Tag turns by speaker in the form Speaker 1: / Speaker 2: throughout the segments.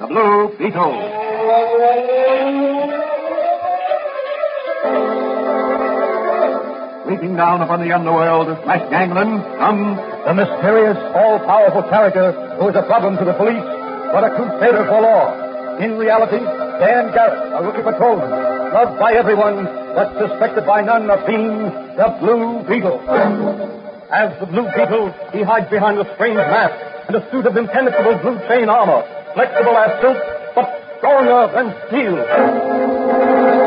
Speaker 1: The Blue Beetle. Leaping down upon the underworld of Flash Gangland comes the mysterious, all-powerful character who is a problem to the police, but a crusader for law. In reality, Dan Garrett, a rookie patrolman, loved by everyone, but suspected by none of being the Blue Beetle. As the Blue Beetle, he hides behind a strange mask and a suit of impenetrable blue chain armor, flexible as silk, but stronger than steel.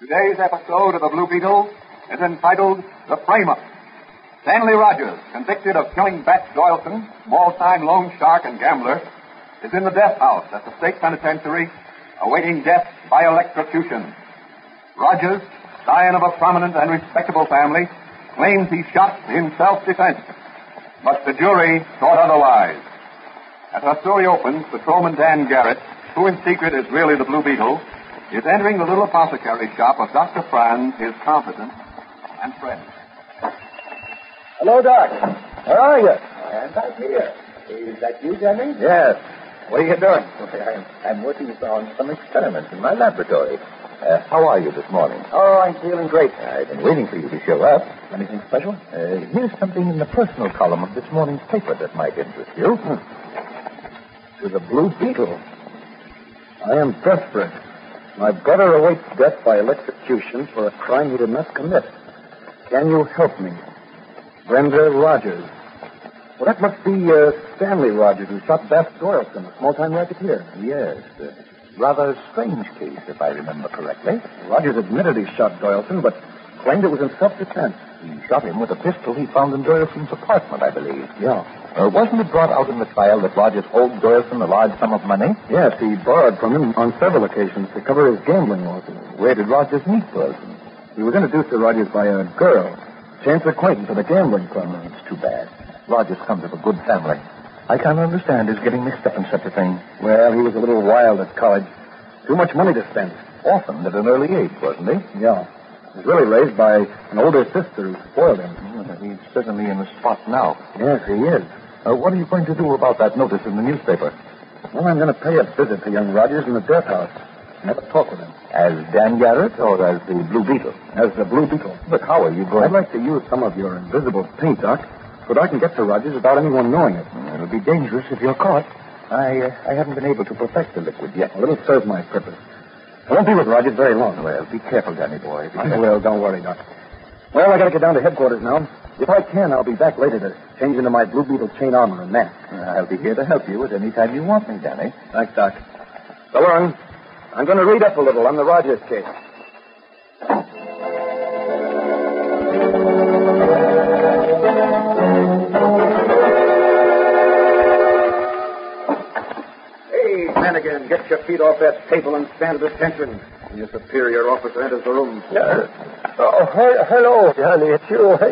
Speaker 1: Today's episode of The Blue Beetle is entitled The Frame Up. Stanley Rogers, convicted of killing Bat Doyleson, small time loan shark and gambler, is in the death house at the state penitentiary awaiting death by electrocution. Rogers, scion of a prominent and respectable family, claims he shot in self defense, but the jury thought otherwise. As our story opens, patrolman Dan Garrett, who in secret is really the Blue Beetle, is entering the little apothecary shop of Dr. Franz, his confidant and friend. Hello, Doc. Where are you?
Speaker 2: I'm back here. Is that you, Johnny?
Speaker 1: Yes. What are you doing?
Speaker 2: I'm, I'm working on some experiments in my laboratory. Uh,
Speaker 1: How are you this morning?
Speaker 2: oh, I'm feeling great.
Speaker 1: I've been waiting for you to show up.
Speaker 2: Anything special?
Speaker 1: Uh, here's something in the personal column of this morning's paper that might interest you.
Speaker 2: Hmm.
Speaker 1: To the Blue Beetle. I am desperate. My brother awaits death by electrocution for a crime he did not commit. Can you help me? Brenda Rogers. Well, that must be uh, Stanley Rogers who shot Beth Doyleson, a small-time racketeer. Yes. Uh, rather strange case, if I remember correctly. Rogers admitted he shot Doyleson, but claimed it was in self-defense. He shot him with a pistol he found in Doyleson's apartment, I believe. Yeah. Uh, wasn't it brought out in the trial that Rogers owed Doyleson a large sum of money? Yes, he borrowed from him on several occasions to cover his gambling losses. Where did Rogers meet Doyleson? He was introduced to Rogers by a girl, chance acquaintance at a gambling club. Mm, it's too bad. Rogers comes of a good family. I can't understand his getting mixed up in such a thing. Well, he was a little wild at college. Too much money to spend. Orphaned at an early age, wasn't he? Yeah. He was really raised by an older sister who spoiled him. he's certainly in the spot now. Yes, he is. Uh, what are you going to do about that notice in the newspaper? Well, I'm going to pay a visit to young Rogers in the death house. and Have a talk with him. As Dan Garrett or as the Blue Beetle? As the Blue Beetle. But how are you going? I'd like to use some of your invisible paint, Doc, so that I can get to Rogers without anyone knowing it. Mm, It'll be dangerous if you're caught. I uh, I haven't been able to perfect the liquid yet. Well, it'll serve my purpose. I won't be with Rogers very long. Well, be careful, Danny boy. I will. Don't worry, Doc. Well, I got to get down to headquarters now. If I can, I'll be back later to change into my Blue Beetle chain armor and mask. I'll be here to help you at any time you want me, Danny. Thanks, Doc. So long. I'm going to read up a little on the Rogers case. Hey, Flanagan, get your feet off that table and stand at attention. When your superior officer enters the room.
Speaker 3: Uh, oh, he- hello, Johnny. It's you. I,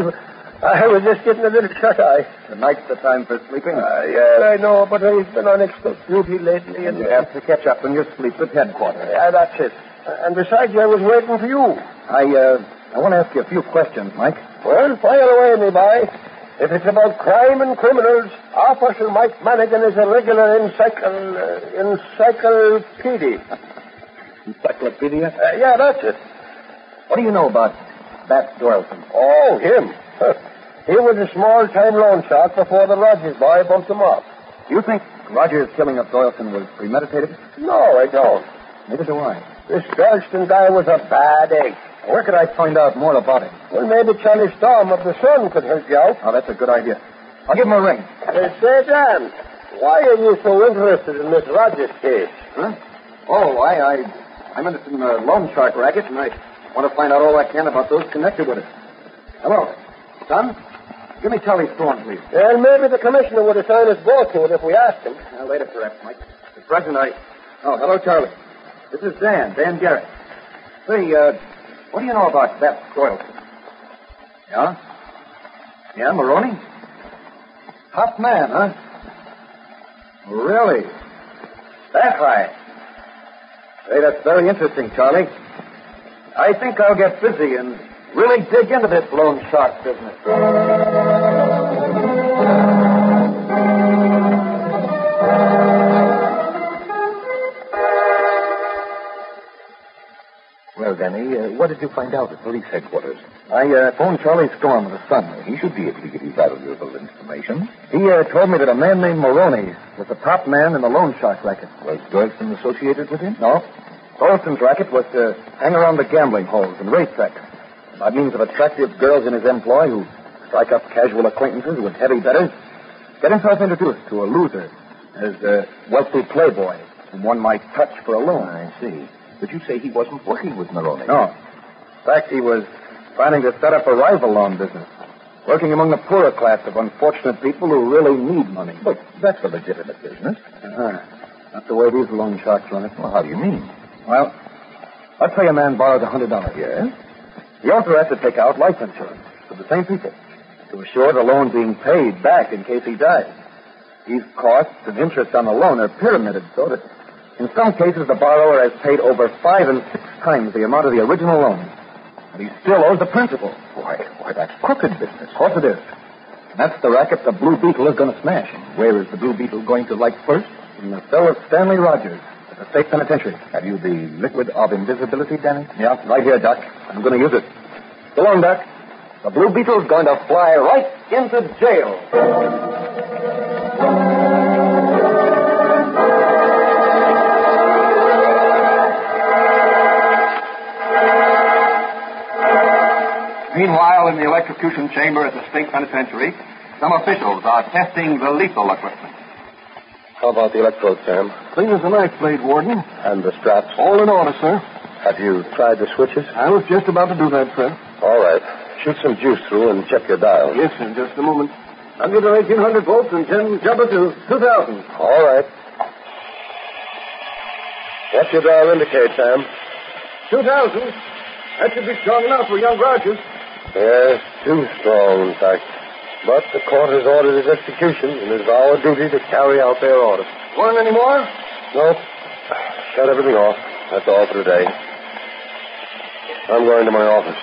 Speaker 3: I was just getting a little shut eye.
Speaker 2: Tonight's the time for sleeping.
Speaker 3: I know, but I've been on extra duty lately,
Speaker 2: and
Speaker 3: and
Speaker 2: you have to catch up when you sleep at headquarters.
Speaker 3: Yeah, that's it.
Speaker 4: And besides, I was waiting for you.
Speaker 1: I, uh, I want to ask you a few questions, Mike.
Speaker 4: Well, fire away, me boy. If it's about crime and criminals, Officer Mike Manigan is a regular encycl- uh, encyclopedia.
Speaker 1: Encyclopedia?
Speaker 4: Uh, yeah, that's it.
Speaker 1: What do you know about Bat Doyleton?
Speaker 4: Oh, him. Huh. He was a small-time loan shark before the Rogers boy bumped him up.
Speaker 1: Do you think Roger's killing of Doyleton was premeditated?
Speaker 4: No, I don't.
Speaker 1: Neither do I.
Speaker 4: This Dunstan guy was a bad egg.
Speaker 1: Where could I find out more about him?
Speaker 4: Well, maybe Charlie Storm of the Sun could help you out.
Speaker 1: Oh, that's a good idea. I'll give him a ring.
Speaker 4: Uh, say, Dan, why are you so interested in this Rogers case?
Speaker 1: Huh? Oh, I, I, I'm interested in the loan shark racket, and I want to find out all I can about those connected with it. Hello, son. Give me Charlie Thorne, please.
Speaker 4: Well, maybe the commissioner would assign us both to it if we asked him.
Speaker 1: Uh, later, perhaps, Mike. At present, I. Oh, hello, Charlie. This is Dan, Dan Garrett. Say, uh, what do you know about that soil? Yeah? Yeah, Maroney? Tough man, huh? Really? That high? Say, that's very interesting, Charlie. I think I'll get busy and really dig into this loan shark business.
Speaker 5: Well, Danny, uh, what did you find out at police headquarters?
Speaker 1: I uh, phoned Charlie Storm of the Sun.
Speaker 5: He should be able to give you valuable information.
Speaker 1: He uh, told me that a man named Maroney was the top man in the loan shark racket.
Speaker 5: Was Doyleton associated with him?
Speaker 1: No. Thorlson's racket was to hang around the gambling halls and racetracks by means of attractive girls in his employ who strike up casual acquaintances with heavy betters, get himself introduced to a loser as a wealthy playboy whom one might touch for a loan.
Speaker 5: I see. But you say he wasn't working with Maroney.
Speaker 1: No. In fact, he was planning to set up a rival loan business, working among the poorer class of unfortunate people who really need money.
Speaker 5: But that's a legitimate business.
Speaker 1: Uh-huh. That's the way these loan sharks run it.
Speaker 5: Well, how do you mean?
Speaker 1: Well, let's say a man borrows a hundred dollars.
Speaker 5: Yes?
Speaker 1: He also has to take out life insurance for the same people to assure the loan being paid back in case he dies. These costs and interest on the loan are pyramided so that in some cases the borrower has paid over five and six times the amount of the original loan. And he still owes the principal.
Speaker 5: Why, why, that's crooked business.
Speaker 1: Of course it is. And that's the racket the Blue Beetle is going to smash
Speaker 5: Where is the Blue Beetle going to like first?
Speaker 1: in the cell of Stanley Rogers at the state penitentiary.
Speaker 5: Have you the liquid of invisibility, Danny?
Speaker 1: Yeah, right here, Doc. I'm going to use it. Go on, Doc. The Blue Beetle's going to fly right into jail. Meanwhile, in the electrocution chamber at the state penitentiary, some officials are testing the lethal equipment.
Speaker 6: How about the electrodes, Sam?
Speaker 1: Clean as a knife blade, Warden.
Speaker 6: And the straps?
Speaker 1: All in order, sir.
Speaker 6: Have you tried the switches?
Speaker 1: I was just about to do that, Fred.
Speaker 6: All right. Shoot some juice through and check your dial.
Speaker 1: Yes, sir. Just a moment. I'll get to 1800 volts and Jen jump it to 2000.
Speaker 6: All right. What's your dial indicate, Sam?
Speaker 1: 2000? That should be strong enough for young Rogers.
Speaker 6: Yes, too strong, in fact. But the court has ordered his execution, and it is our duty to carry out their order.
Speaker 1: Want any more?
Speaker 6: Nope. Shut everything off. That's all for today. I'm going to my office.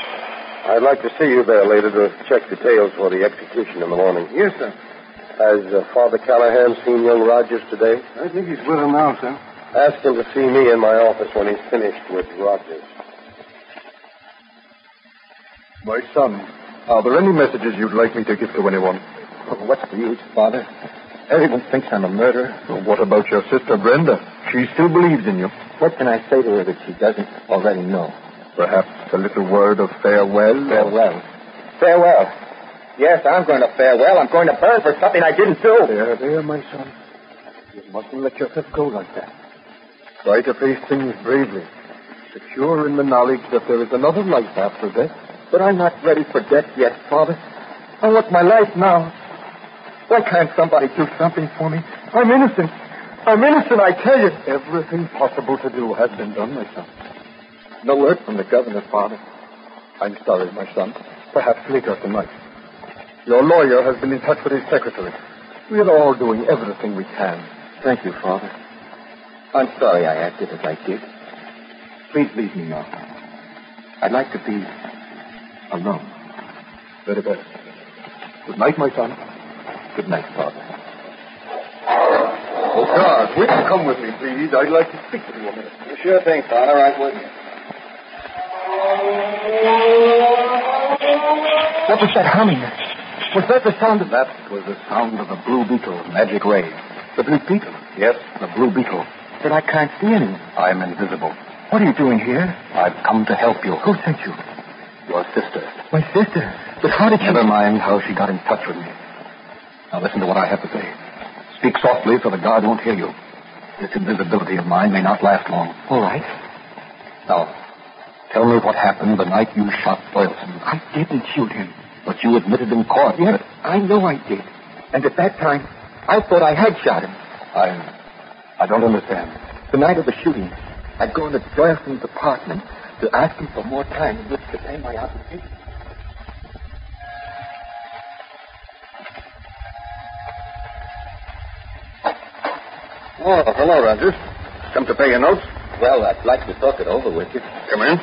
Speaker 6: I'd like to see you there later to check details for the execution in the morning.
Speaker 1: Yes, sir.
Speaker 6: Has uh, Father Callahan seen young Rogers today?
Speaker 1: I think he's with him now, sir.
Speaker 6: Ask him to see me in my office when he's finished with Rogers.
Speaker 1: My son, are there any messages you'd like me to give to anyone?
Speaker 5: What's the use, Father? Everyone thinks I'm a murderer.
Speaker 1: Well, what about your sister, Brenda? She still believes in you.
Speaker 5: What can I say to her that she doesn't already know?
Speaker 1: Perhaps a little word of farewell?
Speaker 5: Farewell. Farewell. Yes, I'm going to farewell. I'm going to burn for something I didn't do.
Speaker 1: There, there, my son.
Speaker 5: You mustn't let yourself go like that.
Speaker 1: Try to face things bravely, secure in the knowledge that there is another life after death.
Speaker 5: But I'm not ready for death yet, Father. I want my life now. Why can't somebody do something for me? I'm innocent. I'm innocent, I tell you.
Speaker 1: Everything possible to do has been done, my son. No word from the governor, Father. I'm sorry, my son. Perhaps later tonight. Your lawyer has been in touch with his secretary. We are all doing everything we can.
Speaker 5: Thank you, Father. I'm sorry I acted as I did.
Speaker 1: Please leave me now. I'd like to be alone. Very well. Good night, my son. Good night, father.
Speaker 7: Oh, God, will you come with me, please? I'd like to speak to you a minute.
Speaker 8: Sure thing, Father. Right with you.
Speaker 1: What was that humming? Was that the sound of that? Was the sound of the blue beetle magic ray. The blue beetle?
Speaker 8: Yes.
Speaker 1: The blue beetle. But I can't see anyone. I'm invisible. What are you doing here? I've come to help you. Who sent you? Your sister. My sister? But how did Never mind how she got in touch with me. Now listen to what I have to say. Speak softly so the guard won't hear you. This invisibility of mine may not last long. All right. Now, tell me what happened the night you shot Boylston. I didn't shoot him. But you admitted in court. Yes, I know I did. And at that time, I thought I had shot him. I, I don't understand. The night of the shooting, I'd gone to Boylston's apartment to ask him for more time in which to pay my obligation.
Speaker 8: Oh, hello, Rogers. Come to pay your notes?
Speaker 1: Well, I'd like to talk it over with you.
Speaker 8: Come in.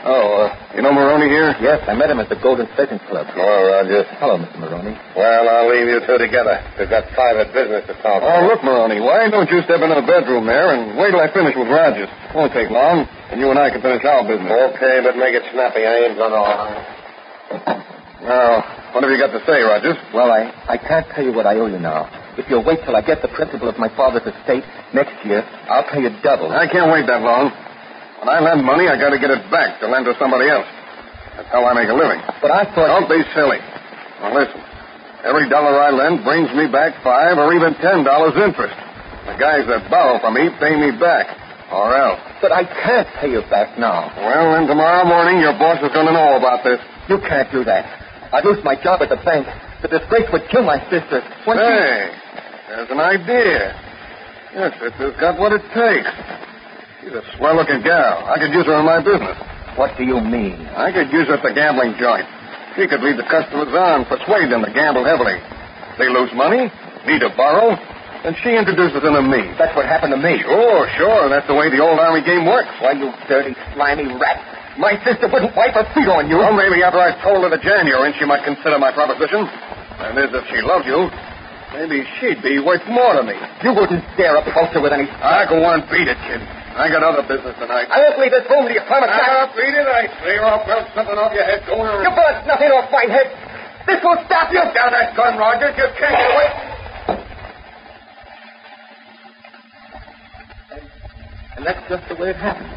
Speaker 8: Oh, uh, you know Maroney here?
Speaker 1: Yes, I met him at the Golden Pheasant Club.
Speaker 8: Hello, Rogers.
Speaker 1: Hello, Mr. Maroney.
Speaker 8: Well, I'll leave you two together. We've got private business to talk
Speaker 7: Oh, look, Maloney, why don't you step into the bedroom there and wait till I finish with Rogers? Won't take long, and you and I can finish our business.
Speaker 8: Okay, but make it snappy. I ain't gonna lie.
Speaker 7: Now, what have you got to say, Rogers?
Speaker 1: Well, I, I can't tell you what I owe you now. If you'll wait till I get the principal of my father's estate next year, I'll pay you double.
Speaker 7: I can't wait that long. When I lend money, I got to get it back to lend to somebody else. That's how I make a living.
Speaker 1: But I thought.
Speaker 7: Don't be silly. Now listen. Every dollar I lend brings me back five or even ten dollars interest. The guys that borrow from me pay me back, or else.
Speaker 1: But I can't pay you back now.
Speaker 7: Well, then tomorrow morning your boss is going to know about this.
Speaker 1: You can't do that. I'd lose my job at the bank. The disgrace would kill my sister. When she-
Speaker 7: Hey, there's an idea. Yes, this has got what it takes. She's a swell-looking gal. I could use her in my business.
Speaker 1: What do you mean?
Speaker 7: I could use her at the gambling joint. She could lead the customers on, persuade them to gamble heavily. They lose money, need to borrow, and she introduces them to me.
Speaker 1: That's what happened to me.
Speaker 7: Sure, sure. That's the way the old army game works.
Speaker 1: Why, you dirty, slimy rat. My sister wouldn't wipe her feet on you.
Speaker 7: Well, maybe after I've told her to jam you in, she might consider my proposition. And is if she loved you, maybe she'd be worth more to me.
Speaker 1: You wouldn't dare approach her with any.
Speaker 7: I go on, beat it, kid. I got other business tonight.
Speaker 1: I won't leave this room till you promise that.
Speaker 7: Ah, beat it, I say, or I'll belt something off your head. Go on.
Speaker 1: You burned nothing off my head. This will stop you.
Speaker 7: down that gun, Rogers. You can't get away.
Speaker 1: And that's just the way it happened.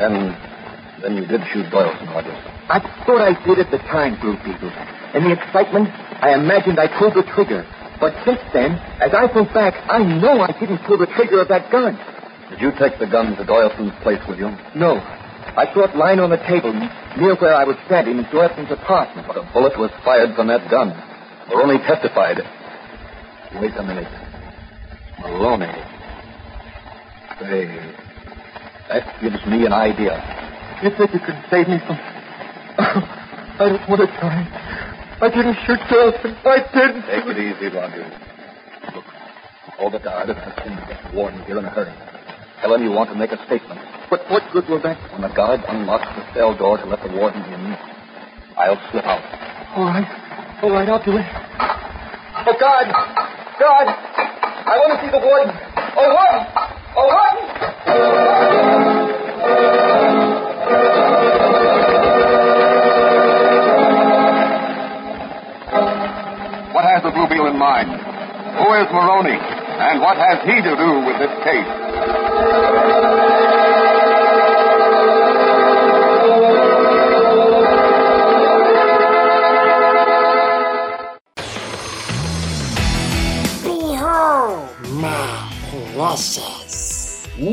Speaker 8: Then, then you did shoot Boylston, Rogers.
Speaker 1: I thought I did at the time, Blue Beetle. In the excitement, I imagined I pulled the trigger. But since then, as I think back, I know I didn't pull the trigger of that gun.
Speaker 8: Did you take the gun to Doylson's place with you?
Speaker 1: No. I saw it lying on the table near where I was standing in Dorson's apartment.
Speaker 8: But a bullet was fired from that gun. Maroney testified. Wait a minute. Maroney. Say, that gives me an idea.
Speaker 1: You think you can save me from... I don't want to die. I didn't shoot Dorson. I didn't.
Speaker 8: Take it easy, Rogers. Look, all the guard and the team get warned here in a hurry. Tell him you want to make a statement.
Speaker 1: But what good will that...
Speaker 8: When the guard unlocks the cell door to let the warden in, I'll slip out.
Speaker 1: All right. All right, I'll do it. Oh, God. God. I want to see the warden. Oh, warden. Oh, warden.
Speaker 7: What has the Blue Beetle in mind? Who is Maroney? And what has he to do with this case?
Speaker 9: Behold my process. Ooh,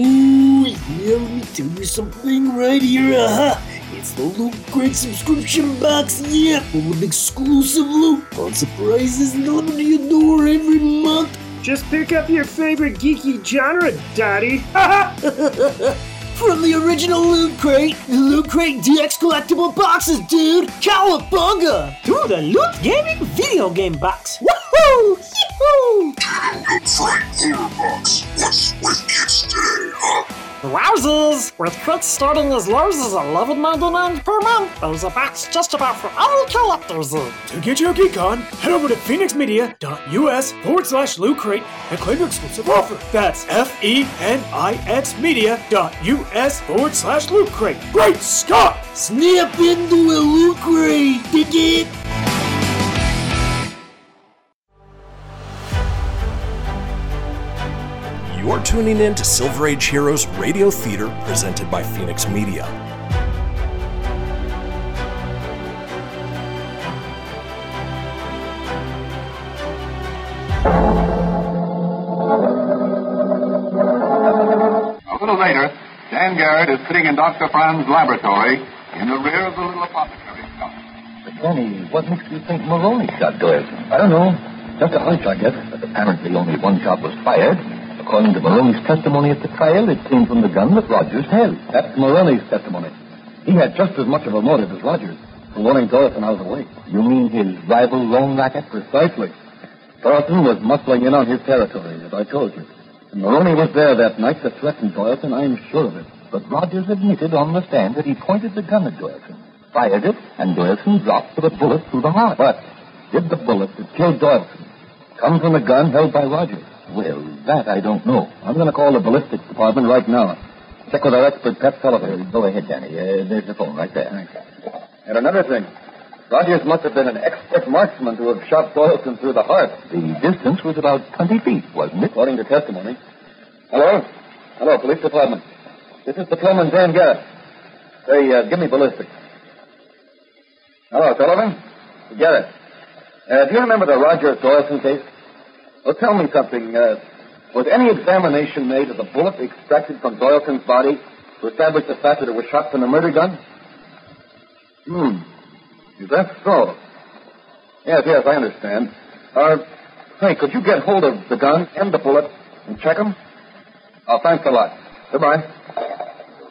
Speaker 9: yeah, let me tell you something right here. Aha! It's the Loot Crate subscription box, yeah, full of exclusive loot, fun surprises delivered to your door every month.
Speaker 10: Just pick up your favorite geeky genre, Daddy.
Speaker 9: From the original Loot Crate, the Loot Crate DX collectible boxes, dude! Cowabunga!
Speaker 10: To the Loot Gaming video game box.
Speaker 9: Woohoo! Yee-hoo!
Speaker 11: Loot Crate Cooler Box. What's with kids today, huh?
Speaker 12: Wowzers! With crits starting as low as 11.99 per month, there's a box just about for all collectors.
Speaker 9: To get your geek on, head over to phoenixmedia.us forward slash loot crate and claim your exclusive offer. That's F E N I X media.us forward slash loot crate. Great Scott!
Speaker 13: Snap into a loot crate, dig it!
Speaker 14: You're tuning in to Silver Age Heroes Radio Theater presented by Phoenix Media.
Speaker 15: A little later, Dan Garrett is sitting in Dr. Franz's laboratory in the rear of the little apothecary shop.
Speaker 8: But, Danny, what makes you think Maloney shot Doyle? I don't know. Just a hunch, I guess. But apparently only one shot was fired. According to Maloney's testimony at the trial, it came from the gun that Rogers held. That's Maloney's testimony. He had just as much of a motive as Rogers for wanting Dorothy out of the way. You mean his rival lone racket? Precisely. Thornton was muscling in on his territory, as I told you. And Maloney was there that night to threaten Doyleton, I'm sure of it. But Rogers admitted on the stand that he pointed the gun at Doyleton, fired it, and Doyleton dropped with a bullet through the heart. But did the bullet that killed Doyleton come from a gun held by Rogers? Well, that I don't know. I'm going to call the ballistics department right now. Check with our expert, Pat Sullivan. Go ahead, Danny. Uh, there's the phone right there. And another thing. Rogers must have been an expert marksman to have shot Doyleton through the heart. The distance was about 20 feet, wasn't it? According to testimony. Hello? Hello, police department. This is Patrolman Dan Garrett. Say, uh, give me ballistics. Hello, Sullivan. Garrett. Uh, do you remember the Roger Doyleton case? Well, tell me something. Uh, was any examination made of the bullet extracted from Doyleton's body to establish the fact that it was shot from a murder gun? Hmm. Is that so? Yes, yes, I understand. Uh, hey, could you get hold of the gun and the bullet and check them? Oh, thanks a lot. Goodbye.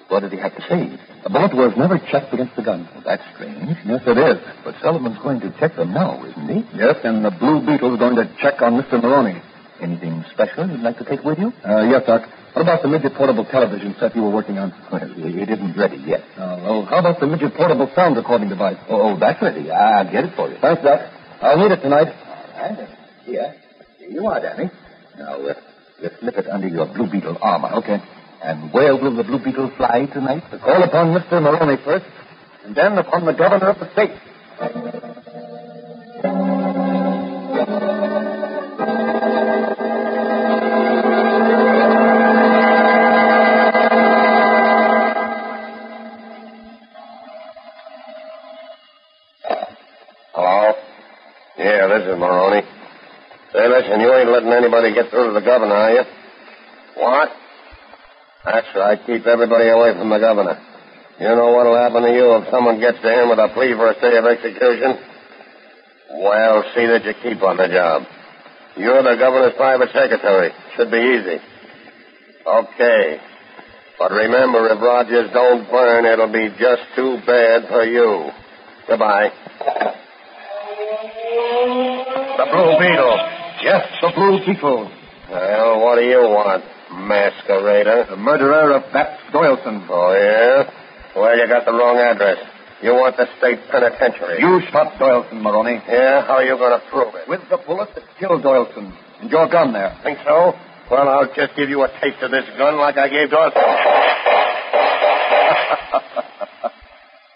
Speaker 8: What did he have to say? The bullet was never checked against the gun. that's strange. Yes, it is. But Sullivan's going to check them now, isn't he? Yes, and the Blue Beetle's going to check on Mr. Maloney. Anything special you'd like to take with you? Uh, yes, Doc. What about the midget portable television set you were working on? Well, it isn't ready yet. Oh, oh, how about the midget portable sound recording device? Oh, oh, that's ready. I'll get it for you. Thanks, Doc. I'll need it tonight. All right. Here. Here you are, Danny. Now, uh, you slip it under your Blue Beetle armor. Okay. And where will the Blue Beetle fly tonight? The call upon Mr. Maloney first, and then upon the governor of the state.
Speaker 1: Hello? Yeah, this is Maroney. Say, listen, you ain't letting anybody get through to the governor, are you? What? That's right. Keep everybody away from the governor. You know what'll happen to you if someone gets to him with a plea for a stay of execution? Well, see that you keep on the job. You're the governor's private secretary. Should be easy. Okay. But remember, if Rogers don't burn, it'll be just too bad for you. Goodbye.
Speaker 15: The Blue Beetle.
Speaker 1: Yes, the Blue Beetle. Well, what do you want, masquerader?
Speaker 15: The murderer of Bat Doyleson.
Speaker 1: Oh, yeah? Well, you got the wrong address. You want the state penitentiary.
Speaker 15: You shot Doyleson, Maroney.
Speaker 1: Yeah? How are you going to prove it?
Speaker 15: With the bullet that killed Doyleson. And your gun there.
Speaker 1: Think so? Well, I'll just give you a taste of this gun like I gave Dawson.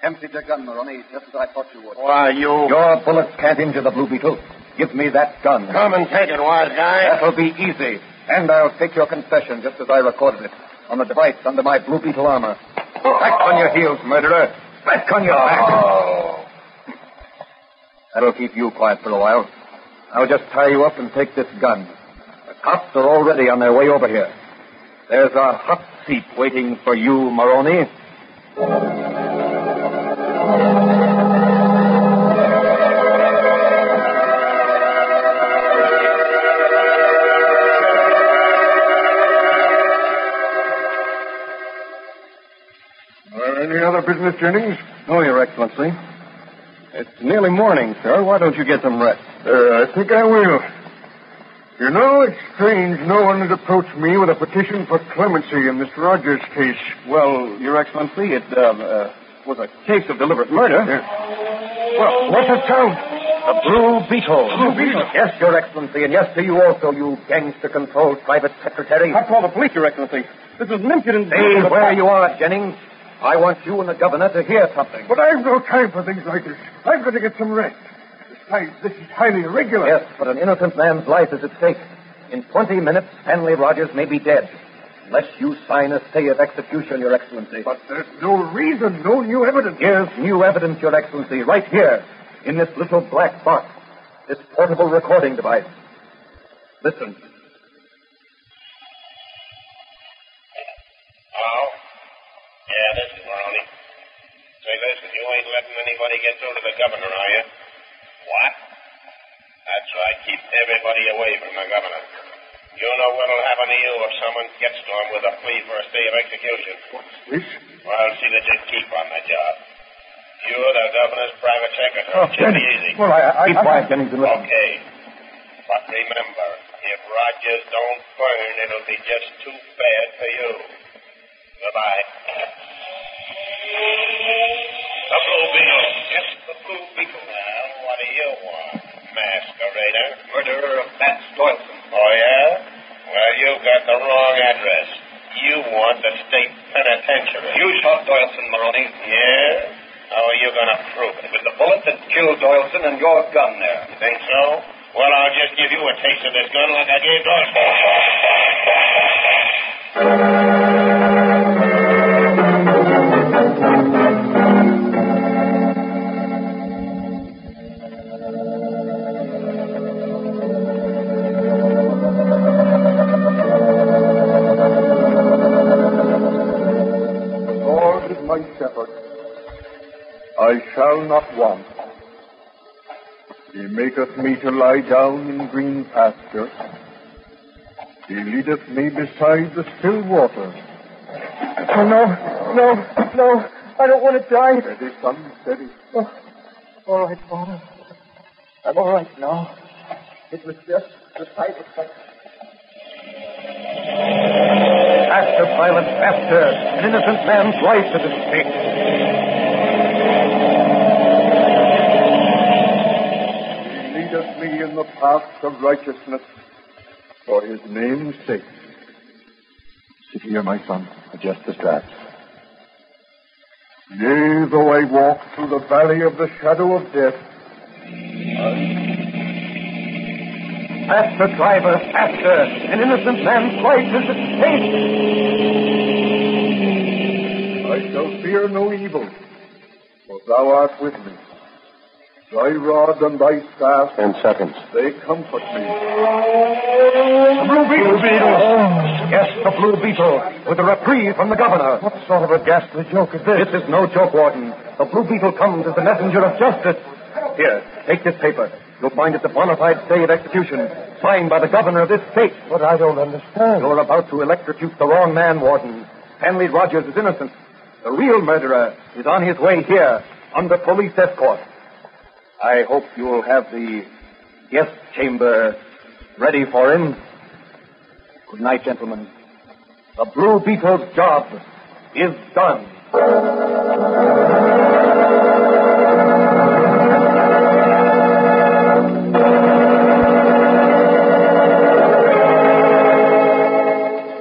Speaker 15: Empty the gun, Maroney, just as I thought you would.
Speaker 1: Why, you...
Speaker 15: Your bullets can't injure the Blue Beetle. Give me that gun.
Speaker 1: Come and take it, wise guy.
Speaker 15: That'll be easy. And I'll take your confession just as I recorded it on the device under my Blue Beetle armor. Back on your heels, murderer. Back on your
Speaker 1: Oh.
Speaker 15: back. That'll keep you quiet for a while. I'll just tie you up and take this gun. The cops are already on their way over here. There's a hot seat waiting for you, Maroney.
Speaker 1: Uh,
Speaker 15: any other business, Jennings?
Speaker 8: No, Your Excellency.
Speaker 15: It's nearly morning, sir. Why don't you get some rest?
Speaker 8: Uh, I think I will.
Speaker 16: You know, it's strange no one has approached me with a petition for clemency in this Rogers case.
Speaker 1: Well, Your Excellency, it um, uh, was a case of deliberate murder.
Speaker 16: Well, what's it sound?
Speaker 1: The Blue Beetle.
Speaker 17: Blue Beetle.
Speaker 1: Yes, Your Excellency, and yes to you also, you gangster-controlled private secretary.
Speaker 17: I call the police, Your Excellency. This is an impudent...
Speaker 1: Stay where you are, Jennings. I want you and the governor to hear something.
Speaker 16: But I've no time for things like this. I've got to get some rest. Besides, this is highly irregular.
Speaker 1: Yes, but an innocent man's life is at stake. In 20 minutes, Stanley Rogers may be dead. Unless you sign a stay of execution, Your Excellency.
Speaker 16: But there's no reason, no new evidence.
Speaker 1: Here's new evidence, Your Excellency, right here, in this little black box, this portable recording device. Listen.
Speaker 18: Hello? Yeah, this is Maroney. Say, listen, you ain't letting anybody get through to the governor, are you? What? That's right. Keep everybody away from the governor. You know what'll happen to you if someone gets to him with a plea for a stay of execution.
Speaker 16: This?
Speaker 18: Well, see that you keep on the job. You're the governor's private secretary.
Speaker 16: Oh,
Speaker 18: Jimmy
Speaker 16: Jennings.
Speaker 18: Easy.
Speaker 16: Well, I- I-
Speaker 1: Keep
Speaker 16: I-
Speaker 1: quiet, Jennings, and listen.
Speaker 18: Okay. But remember, if Rogers don't burn, it'll be just too bad for you. Goodbye. The Blue Beetle. Yes, the Blue Beetle. Now, what do you want? Masquerader? Murderer of Bat Stoilson. Oh, yeah? Well, you got the wrong address. You want the state penitentiary.
Speaker 19: You shot Doyleson, Maroney.
Speaker 18: Yeah? How are you going to prove it?
Speaker 19: With the bullet that killed Doyleson and your gun there.
Speaker 18: You think so? Well, I'll just give you a taste of this gun like I gave Doyleson.
Speaker 16: The Lord is my shepherd. I shall not want. He maketh me to lie down in green pasture. He leadeth me beside the still water.
Speaker 20: Oh, no, no, no. I don't want to die.
Speaker 16: Steady, son, steady.
Speaker 20: Oh, all right, Father. I'm all right now. It was just the sight of such
Speaker 1: Faster, pilot, faster. An innocent man's life is at stake.
Speaker 16: He leadeth me in the paths of righteousness for his name's sake.
Speaker 21: Sit here, my son. Adjust the straps.
Speaker 16: Yea, though I walk through the valley of the shadow of death,
Speaker 1: Faster, driver, faster. An innocent man's life is at stake.
Speaker 16: I shall fear no evil, for thou art with me. Thy rod and thy staff,
Speaker 6: Ten seconds.
Speaker 16: they comfort me.
Speaker 1: The Blue Beetle. Yes, the Blue Beetle. With a reprieve from the governor. What sort of a ghastly joke is this? This is no joke, Warden. The Blue Beetle comes as the messenger of justice. Here, take this paper. You'll find it's a bona fide stay of execution, signed by the governor of this state. But I don't understand. You're about to electrocute the wrong man, Warden. Stanley Rogers is innocent. The real murderer is on his way here, under police escort. I hope you'll have the guest chamber ready for him. Good night, gentlemen. The Blue Beetle's job is done.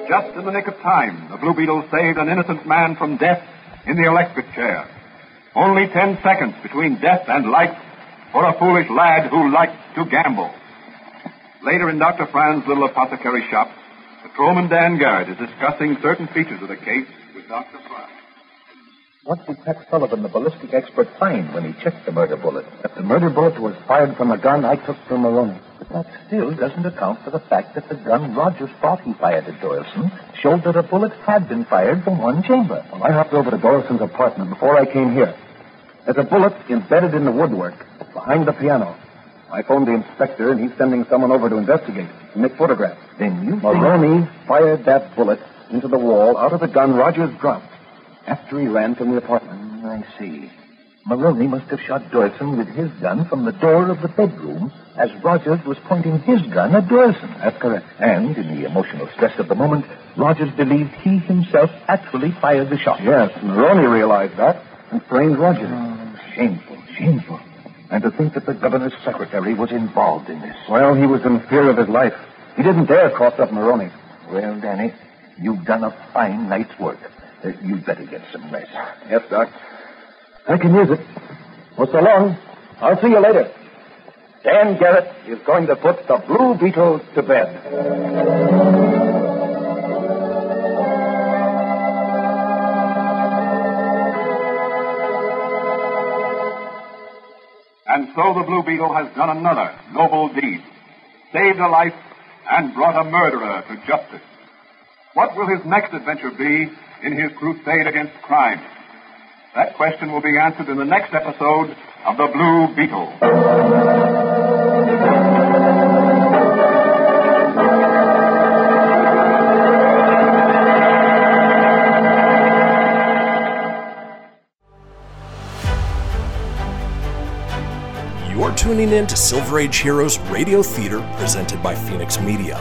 Speaker 8: Just in the nick of time, the Blue Beetle saved an innocent man from death in the electric chair. Only ten seconds between death and life for a foolish lad who liked to gamble. Later in Dr. Fran's little apothecary shop, Patrolman Dan Garrett is discussing certain features of the case with Dr. Fran.
Speaker 21: What did Pat Sullivan, the ballistic expert, find when he checked the murder bullet? That the murder bullet was fired from a gun I took from Maroney. But that still doesn't account for the fact that the gun Rogers thought he fired at Doyleson showed that a bullet had been fired from one chamber.
Speaker 22: Well, I hopped over to Dorson's apartment before I came here. There's a bullet embedded in the woodwork behind the piano. I phoned the inspector, and he's sending someone over to investigate and make photographs.
Speaker 21: Then you
Speaker 22: Maroney fired that bullet into
Speaker 23: Mm,
Speaker 22: the wall out of the gun Rogers dropped after he ran from the apartment.
Speaker 21: I see.
Speaker 23: Maroney must have shot Doyleson with his gun from the door of the bedroom as Rogers was pointing his gun at Doyleson. That's correct. And in the emotional stress of the moment, Rogers believed he himself actually fired the shot.
Speaker 24: Oh, Yes, Maroney realized that
Speaker 23: and blamed Rogers. Oh, shameful, shameful. And to think that the governor's secretary was involved in this.
Speaker 24: Well, he was in fear of his life. He didn't dare cross up Maroney.
Speaker 23: Well, Danny, you've done a fine night's work. Uh, You'd better get some rest.
Speaker 24: Yes, Doc.
Speaker 23: I can use it.
Speaker 24: Well, so long. I'll see you later. Dan Garrett is going to put the Blue Beetle to bed.
Speaker 8: And so the Blue Beetle has done another noble deed, saved a life, and brought a murderer to justice. What will his next adventure be in his crusade against crime? That question will be answered in the next episode of The Blue Beetle.
Speaker 14: You're tuning in to Silver Age Heroes Radio Theater presented by Phoenix Media.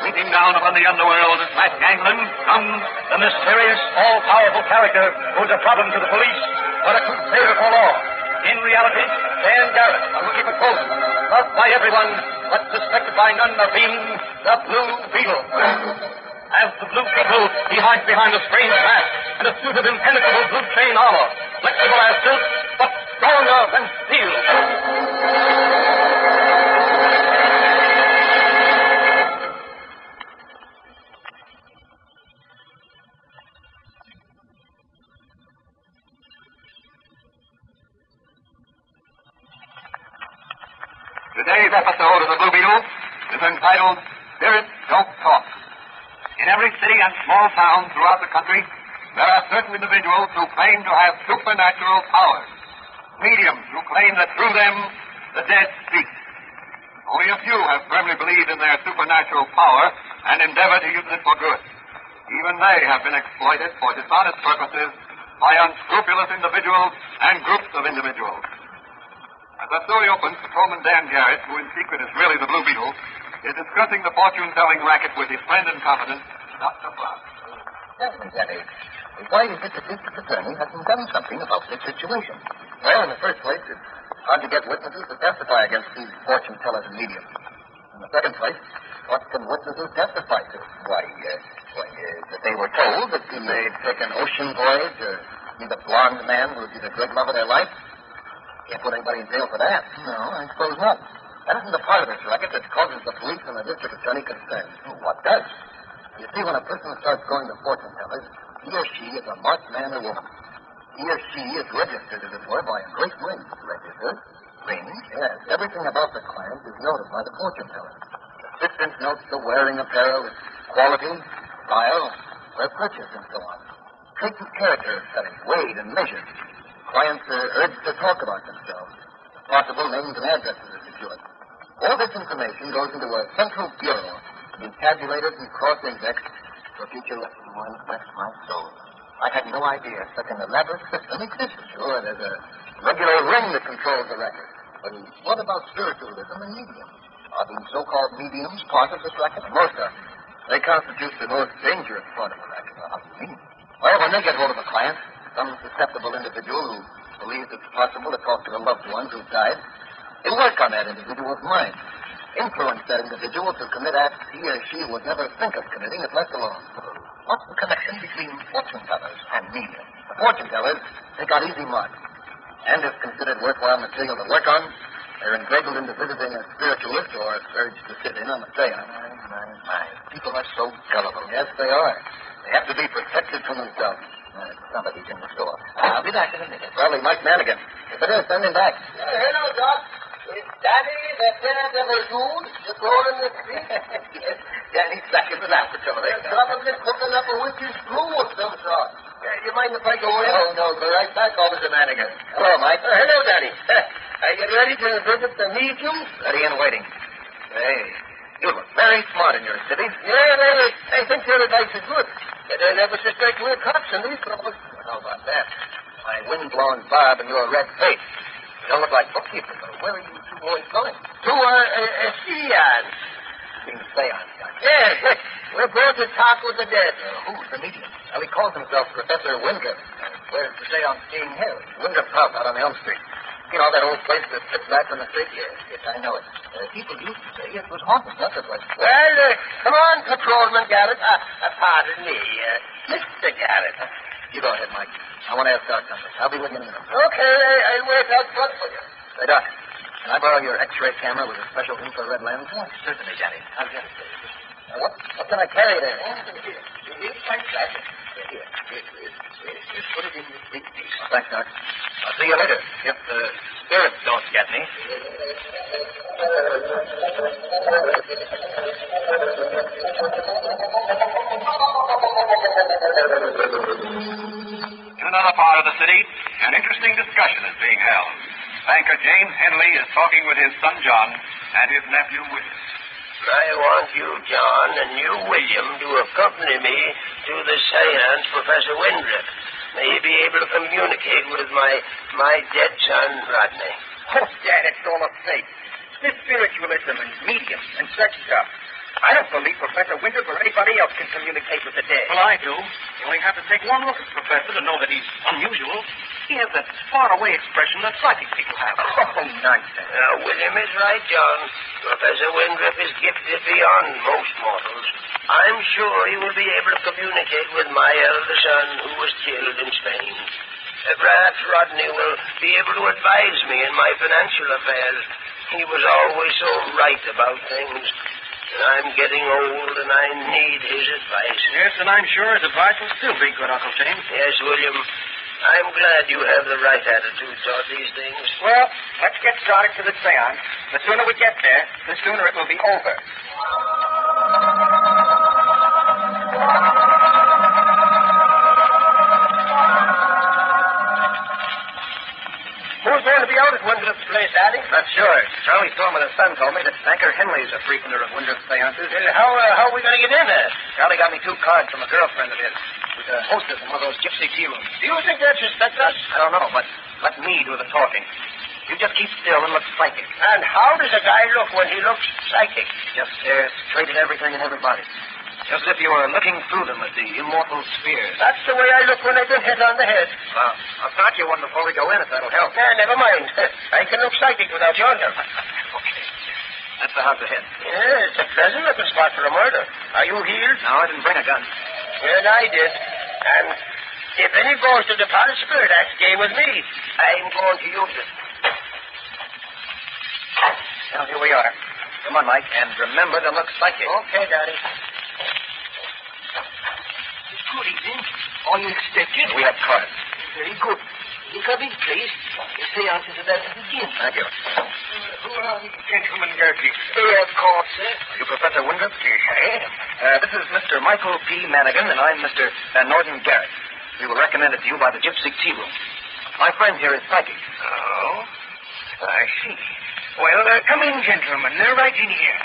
Speaker 6: Sweeping down upon the underworld of Matt Gangland comes the mysterious, all-powerful character who's a problem to the police, but a crusader for law. In reality, Dan Garrett, a rookie patrol, loved by everyone, but suspected by none of being the Blue Beetle. As the Blue Beetle, he hides behind a strange mask and a suit of impenetrable blue chain armor, flexible as silk, but stronger than steel.
Speaker 25: Today's episode of The Blue Beetle is entitled Spirits Don't Talk. In every city and small town throughout the country, there are certain individuals who claim to have supernatural powers. Mediums who claim that through them, the dead speak. Only a few have firmly believed in their supernatural power and endeavor to use it for good. Even they have been exploited for dishonest purposes by unscrupulous individuals and groups of individuals. As the story opens, Patrolman Dan Garrett, who in secret is really the Blue Beetle, is discussing the fortune-telling racket with his friend and confidant, Dr. Blunt.
Speaker 1: Yes, Miss Eddie. Why is it that district attorney hasn't done something about this situation? Well, in the first place, it's hard to get witnesses to testify against these fortune tellers and mediums. In the second place, what can witnesses testify to? Why, uh, why uh, that they were told that when they took an ocean voyage or meet a blonde man who would be the great love of their life, can't put anybody in jail for that. No, I suppose not. That isn't the part of this racket that causes the police and the district attorney concern. Oh, What does? You see, when a person starts going to fortune tellers, he or she is a marked man or woman. He or she is registered, as it were, by a great ring. Registered? Ring? Yes. Everything about the client is noted by the fortune teller. The distance notes the wearing apparel, its quality, style, where purchased, and so on. Traits of character are studied, weighed, and measured. Clients are urged to talk about themselves. Possible names and addresses are secured. All this information goes into a central bureau to be tabulated and cross-indexed for future lessons. One bless my soul. I had no idea such an elaborate system existed. Sure, there's a regular ring that controls the record. But what about spiritualism and mediums? Are these so-called mediums part of this racket? Most of them. They constitute the most dangerous part of the racket. How do you mean? Well, when they get hold of a client, some susceptible individual who believes it's possible to talk to a loved one who died, they work on that individual's mind, influence that individual to commit acts he or she would never think of committing if left alone. What's the connection between fortune tellers and mediums? The fortune tellers take out easy marks, and if considered worthwhile material to work on, they're inveigled into visiting a spiritualist or urged to sit in on a seance. My, my, people are so gullible. Yes, they are. They have to be protected from themselves. Uh, somebody's in the store. I'll be back in a minute. Probably Mike Manigan. If it is, send him back.
Speaker 26: Hello, Doc. Is Danny the
Speaker 6: minute of a dude just rolling the street? yes. Danny Sackett and Alcatraz. Probably cooking up a witch's brew of some sort. Uh, you mind if I go in? Oh, No, no, go right back, Officer Manigan. Hello, Mike. Uh, hello, Danny. Are you ready to visit the medium? Ready and waiting. Hey, you look very smart in your city. Yeah, really. I think your advice is good. They never suspect we're cops in these troubles. How about that? My wind-blown barb and your red face. You don't look like bookkeepers. Where are you two boys going? To uh, a, a, a seance. Seems seance. Yeah, we're going to talk with the dead. Uh, who's the medium? Well, he calls himself Professor Wingate. Uh, where's the seance being held? Wingate's house out on Elm Street. You know that old place that sits back from the street? Yes, yes, I know it. Uh, people used to say it was haunted, not the place. Well, uh, come on, Patrolman Garrett. Uh, uh, pardon me, uh, Mr. Garrett. You go ahead, Mike. I want to ask Doc something. I'll be with you in a minute. Okay, I'll wait out front for you. Say, Doc, can I borrow your X-ray camera with a special infrared lens? Oh, certainly, Danny. I'll get it. Now, what, what can I carry there? Here, here, thanks, Doc. Here, here, here. Just put it in this big piece. Thanks, Doc. I'll see you later. If the spirits don't get me.
Speaker 27: In another part of the city, an interesting discussion is being held. Banker James Henley is talking with his son John and his nephew William.
Speaker 28: I want you, John, and you, William, to accompany me to the seance, Professor Windrip. May he be able to communicate with my my dead son, Rodney.
Speaker 6: Oh, Dad, it's all a fake. This spiritualism and mediums and such stuff. I don't believe Professor Winthrop or anybody else can communicate with the dead.
Speaker 29: Well, I do. You only have to take one look at the Professor to know that he's unusual. He has that faraway expression that psychic people have.
Speaker 6: Oh, nonsense.
Speaker 28: Now, William is right, John. Professor Windrip is gifted beyond most mortals. I'm sure he will be able to communicate with my elder son, who was killed in Spain. Uh, Perhaps Rodney will be able to advise me in my financial affairs. He was always so right about things. And I'm getting old, and I need his advice.
Speaker 29: Yes, and I'm sure his advice will still be good, Uncle James.
Speaker 28: Yes, William. I'm glad you have the right attitude toward these things.
Speaker 6: Well, let's get started to the seance. The sooner we get there, the sooner it will be over.
Speaker 28: Who's going to be out at Windrup's place, Addy?
Speaker 6: Not sure. Charlie Storm and his son told me that Banker Henley's a frequenter of Windrup's seances.
Speaker 28: how, uh, how are we going to get in there?
Speaker 6: Charlie got me two cards from a girlfriend of his, who's a hostess in one of those gypsy tea rooms.
Speaker 28: Do you think that suspect us?
Speaker 6: I don't know, but let me do the talking. You just keep still and look psychic.
Speaker 28: And how does a guy look when he looks psychic?
Speaker 6: Just stare straight at everything and everybody. Just as if you were looking through them at the immortal spheres.
Speaker 28: That's the way I look when I've been hit on the head.
Speaker 6: Well, I'll start you one before we go in, if that'll help.
Speaker 28: Yeah, never mind. I can look psychic without your help.
Speaker 6: okay. That's the house ahead.
Speaker 28: Yeah, it's a pleasant looking spot for a murder. Are you healed?
Speaker 6: No, I didn't bring a gun.
Speaker 28: Well, I did. And if any goes to the Power Spirit Act game with me, I'm going to use it.
Speaker 6: Now, here we are. Come on, Mike, and remember to look psychic.
Speaker 28: Okay, Daddy.
Speaker 6: Good evening. Are you expected? We have cards. Very good. You come in, please. The seance is about to begin. Thank you.
Speaker 28: Uh, Who are these gentlemen going to
Speaker 6: Yeah, of course, sir. You Professor Winthrop? Yes, I am. Uh, this is Mr. Michael P. Manigan, and I'm Mr. Van Norton Garrett. We were recommended to you by the Gypsy Tea Room. My friend here is psychic.
Speaker 28: Oh, I see. Well, uh, come in, gentlemen. They're right in here.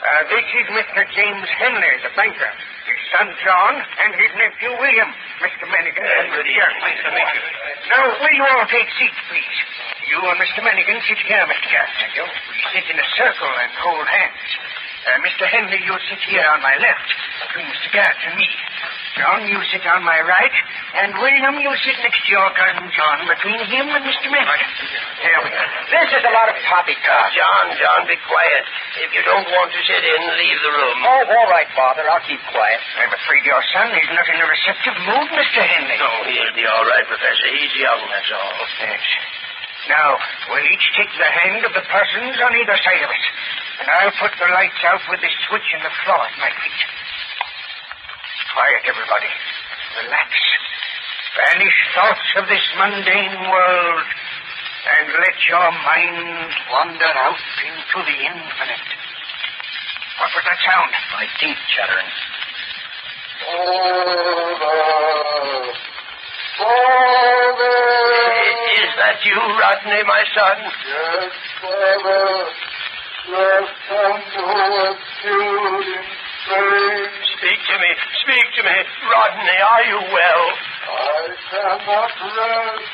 Speaker 28: Uh, this is Mr. James Henley, the banker. His son John and his nephew William, Mr. Manigan. and
Speaker 29: good
Speaker 28: Mr.
Speaker 29: evening.
Speaker 28: Garrett.
Speaker 29: Nice to meet you.
Speaker 28: Now, will you all take seats, please? You and Mr. Manigan sit here, Mr. Garrett. Thank you. We sit in a circle and hold hands. Uh, Mr. Henley, you sit here on my left, between Mr. Garrett and me. John, you sit on my right, and William, you sit next to your cousin John, between him and Mr. Manigan. There we are. This is a lot of topic talk.
Speaker 6: John, John, be quiet.
Speaker 28: If you don't want to sit in, leave the room.
Speaker 6: Oh, all right, Father. I'll keep quiet.
Speaker 28: I'm afraid your son is not in a receptive mood, Mr. Henley. No, he'll be all right, Professor. He's young, that's all. Yes. Now, we'll each take the hand of the persons on either side of us. And I'll put the lights out with this switch in the floor at my feet. Quiet, everybody. Relax. Banish thoughts of this mundane world.
Speaker 30: and let your mind wander out into the infinite. What was that sound? My teeth chattering.
Speaker 31: Is that you, Rodney, my son?
Speaker 32: Yes, Father. Your son who was killed in vain.
Speaker 31: Speak to me. Speak to me. Rodney, are you well?
Speaker 32: I cannot rest.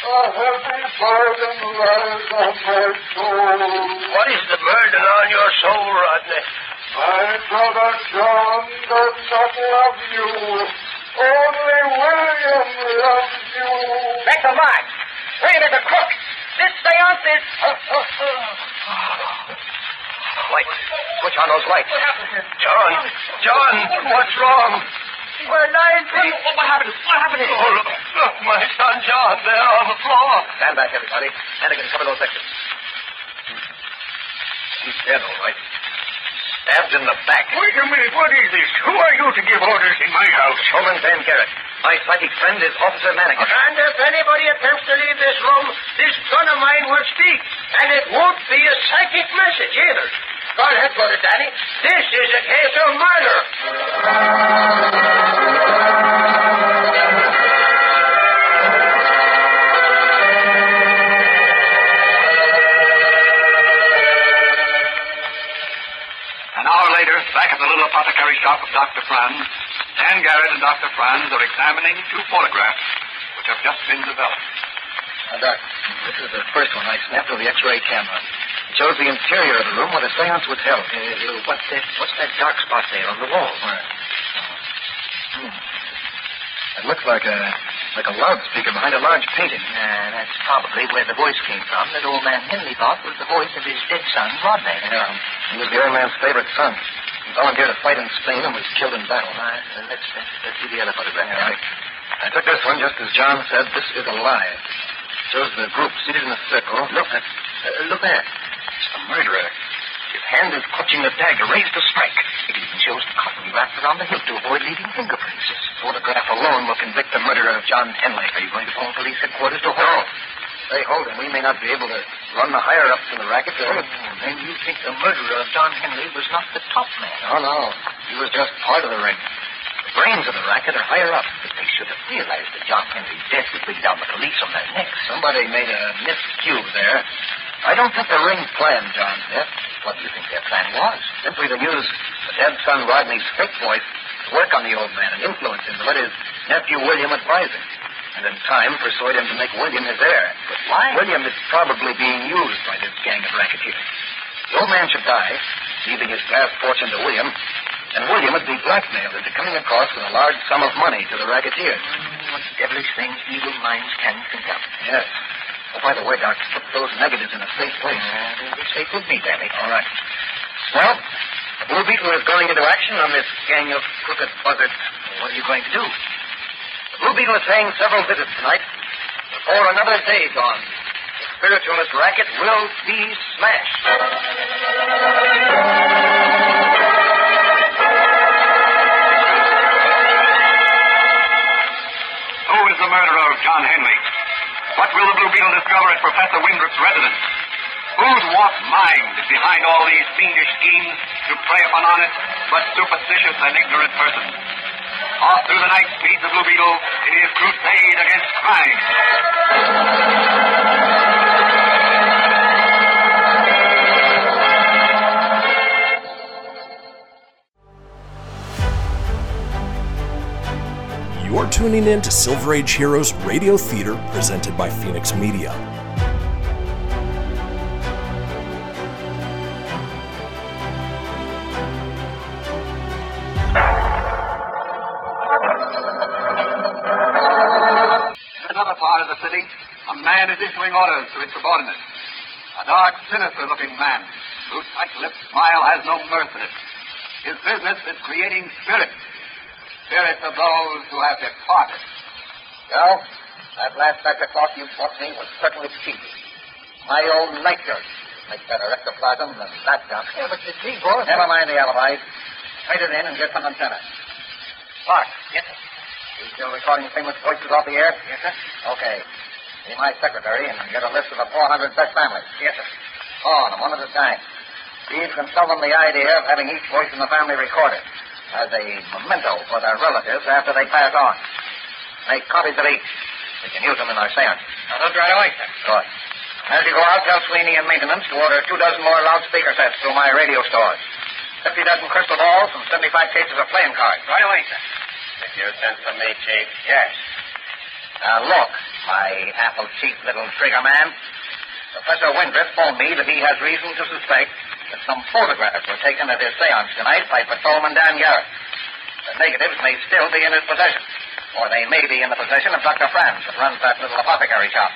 Speaker 32: A heavy burden lies on my soul.
Speaker 31: What is the burden on your soul, Rodney?
Speaker 32: My brother John does not love you. Only William loves you.
Speaker 33: That's a lie. William is a crook. This seance is.
Speaker 6: uh,
Speaker 30: Lights. Switch on those lights.
Speaker 33: What happened here?
Speaker 30: John. John, what's wrong?
Speaker 33: We're nine feet. What, what happened? What happened here?
Speaker 30: Oh, look, look, my son John, there on the floor.
Speaker 6: Stand back, everybody. Hannigan, cover those exits. He's dead, all right. Stabbed in the back.
Speaker 30: Wait a minute. What is this? Who are you to give orders in my house?
Speaker 6: Holman Van Garrett. My psychic friend is Officer Mannigan.
Speaker 31: And if anybody attempts to leave this room, this gun of mine will speak. And it won't be a psychic message either. Go ahead, Brother Danny. This is a case of murder.
Speaker 6: An hour later, back at the little apothecary shop of Dr. Franz, Dan Garrett and Dr. Franz are examining two photographs which have just been developed.
Speaker 34: Now, Doc, this is the first one I snapped with the X-ray camera.
Speaker 6: It shows the interior of the room where the seance was held. Uh, what's, that, what's that dark spot there on the wall?
Speaker 34: It looks like a like a loudspeaker behind a large painting.
Speaker 35: Uh, that's probably where the voice came from that old man Henley thought was the voice of his dead son, Rodney.
Speaker 6: Yeah. He was the old man's favorite son. He volunteered to fight in Spain and was killed in battle.
Speaker 35: All right, uh, let's, let's, let's see the other photograph.
Speaker 6: Yeah, right. I took this one just as John said. This is alive. Shows the group seated in a circle. Look, that, uh, look there. It's the murderer. His hand is clutching the dagger, raised to strike.
Speaker 35: It even shows the cotton wrapped around the hilt to avoid leaving fingerprints.
Speaker 6: This photograph alone will convict the murderer of John Henley.
Speaker 35: Are you going to phone police headquarters to
Speaker 6: No.
Speaker 35: hold?
Speaker 6: They hold him. We may not be able to run the higher ups in the racket. To...
Speaker 35: Oh, Then you think the murderer of John Henley was not the top man?
Speaker 6: No, no. He was just part of the ring. The brains of the racket are higher up.
Speaker 35: But they should have realized that John Henley's death would bring down the police on their necks.
Speaker 6: Somebody made a miscue there. I don't think the ring planned John's death.
Speaker 35: What do you think their plan was?
Speaker 6: Simply to use the dead son Rodney's fake voice to work on the old man and influence him to let his nephew William advise him. And in time, persuade him to make William his heir. But
Speaker 35: why?
Speaker 6: William is probably being used by this gang of racketeers. The old man should die, leaving his vast fortune to William, and William would be blackmailed into coming across with a large sum of money to the racketeers.
Speaker 35: What devilish things evil minds can think of.
Speaker 6: Yes. Oh, by the way, Doc, put those negatives in a safe place.
Speaker 35: Uh, the safe would be, Danny.
Speaker 6: All right. Well, the Blue Beetle is going into action on this gang of crooked buzzards. What are you going to do? The Blue Beetle is paying several visits tonight. Before another day dawns, the spiritualist racket will be smashed.
Speaker 30: Who is the murderer of John Henley? What will the Blue Beetle discover at Professor Winbrook's residence? Whose warped mind is behind all these fiendish schemes to prey upon honest but superstitious and ignorant persons? All through the night speeds the Blue Beetle in his crusade against crime.
Speaker 14: You're tuning in to Silver Age Heroes Radio Theater presented by Phoenix Media.
Speaker 6: In another part of the city, a man is issuing orders to his subordinates. A dark, sinister-looking man whose tight-lipped smile has no mirth in it. His business is creating spirits. Spirits of those who have departed.
Speaker 35: Well, that last batch of cloth you bought me was certainly cheap. My old nightgown. Make that erectoplasm and that down. Yeah, but the three boys. Never mind the alibis. Trade it in and get some antenna. Clark. Yes, sir. You still recording famous voices off the air? Yes, sir. Okay.
Speaker 6: Be my secretary and get a list of the 400 best families. Yes, sir. Call on them one at a time. These can sell them the idea of having each voice in the family recorded as a memento for their relatives after they pass on. Make copies of each. We can use them in our seance.
Speaker 29: I'll look right away, sir.
Speaker 6: Good. As you go out, tell Sweeney and maintenance to order two dozen more loudspeaker sets through my radio stores. Fifty dozen crystal balls and 75 cases of playing cards.
Speaker 29: Right away, sir.
Speaker 6: That you sent for me, Chief? Yes. Now, look, my apple-cheeked little trigger man. Professor Windriff told me that he has reason to suspect that some photographs were taken at his seance tonight by patrolman Dan Garrett. The negatives may still be in his possession, or they may be in the possession of Dr. Franz that runs that little apothecary shop.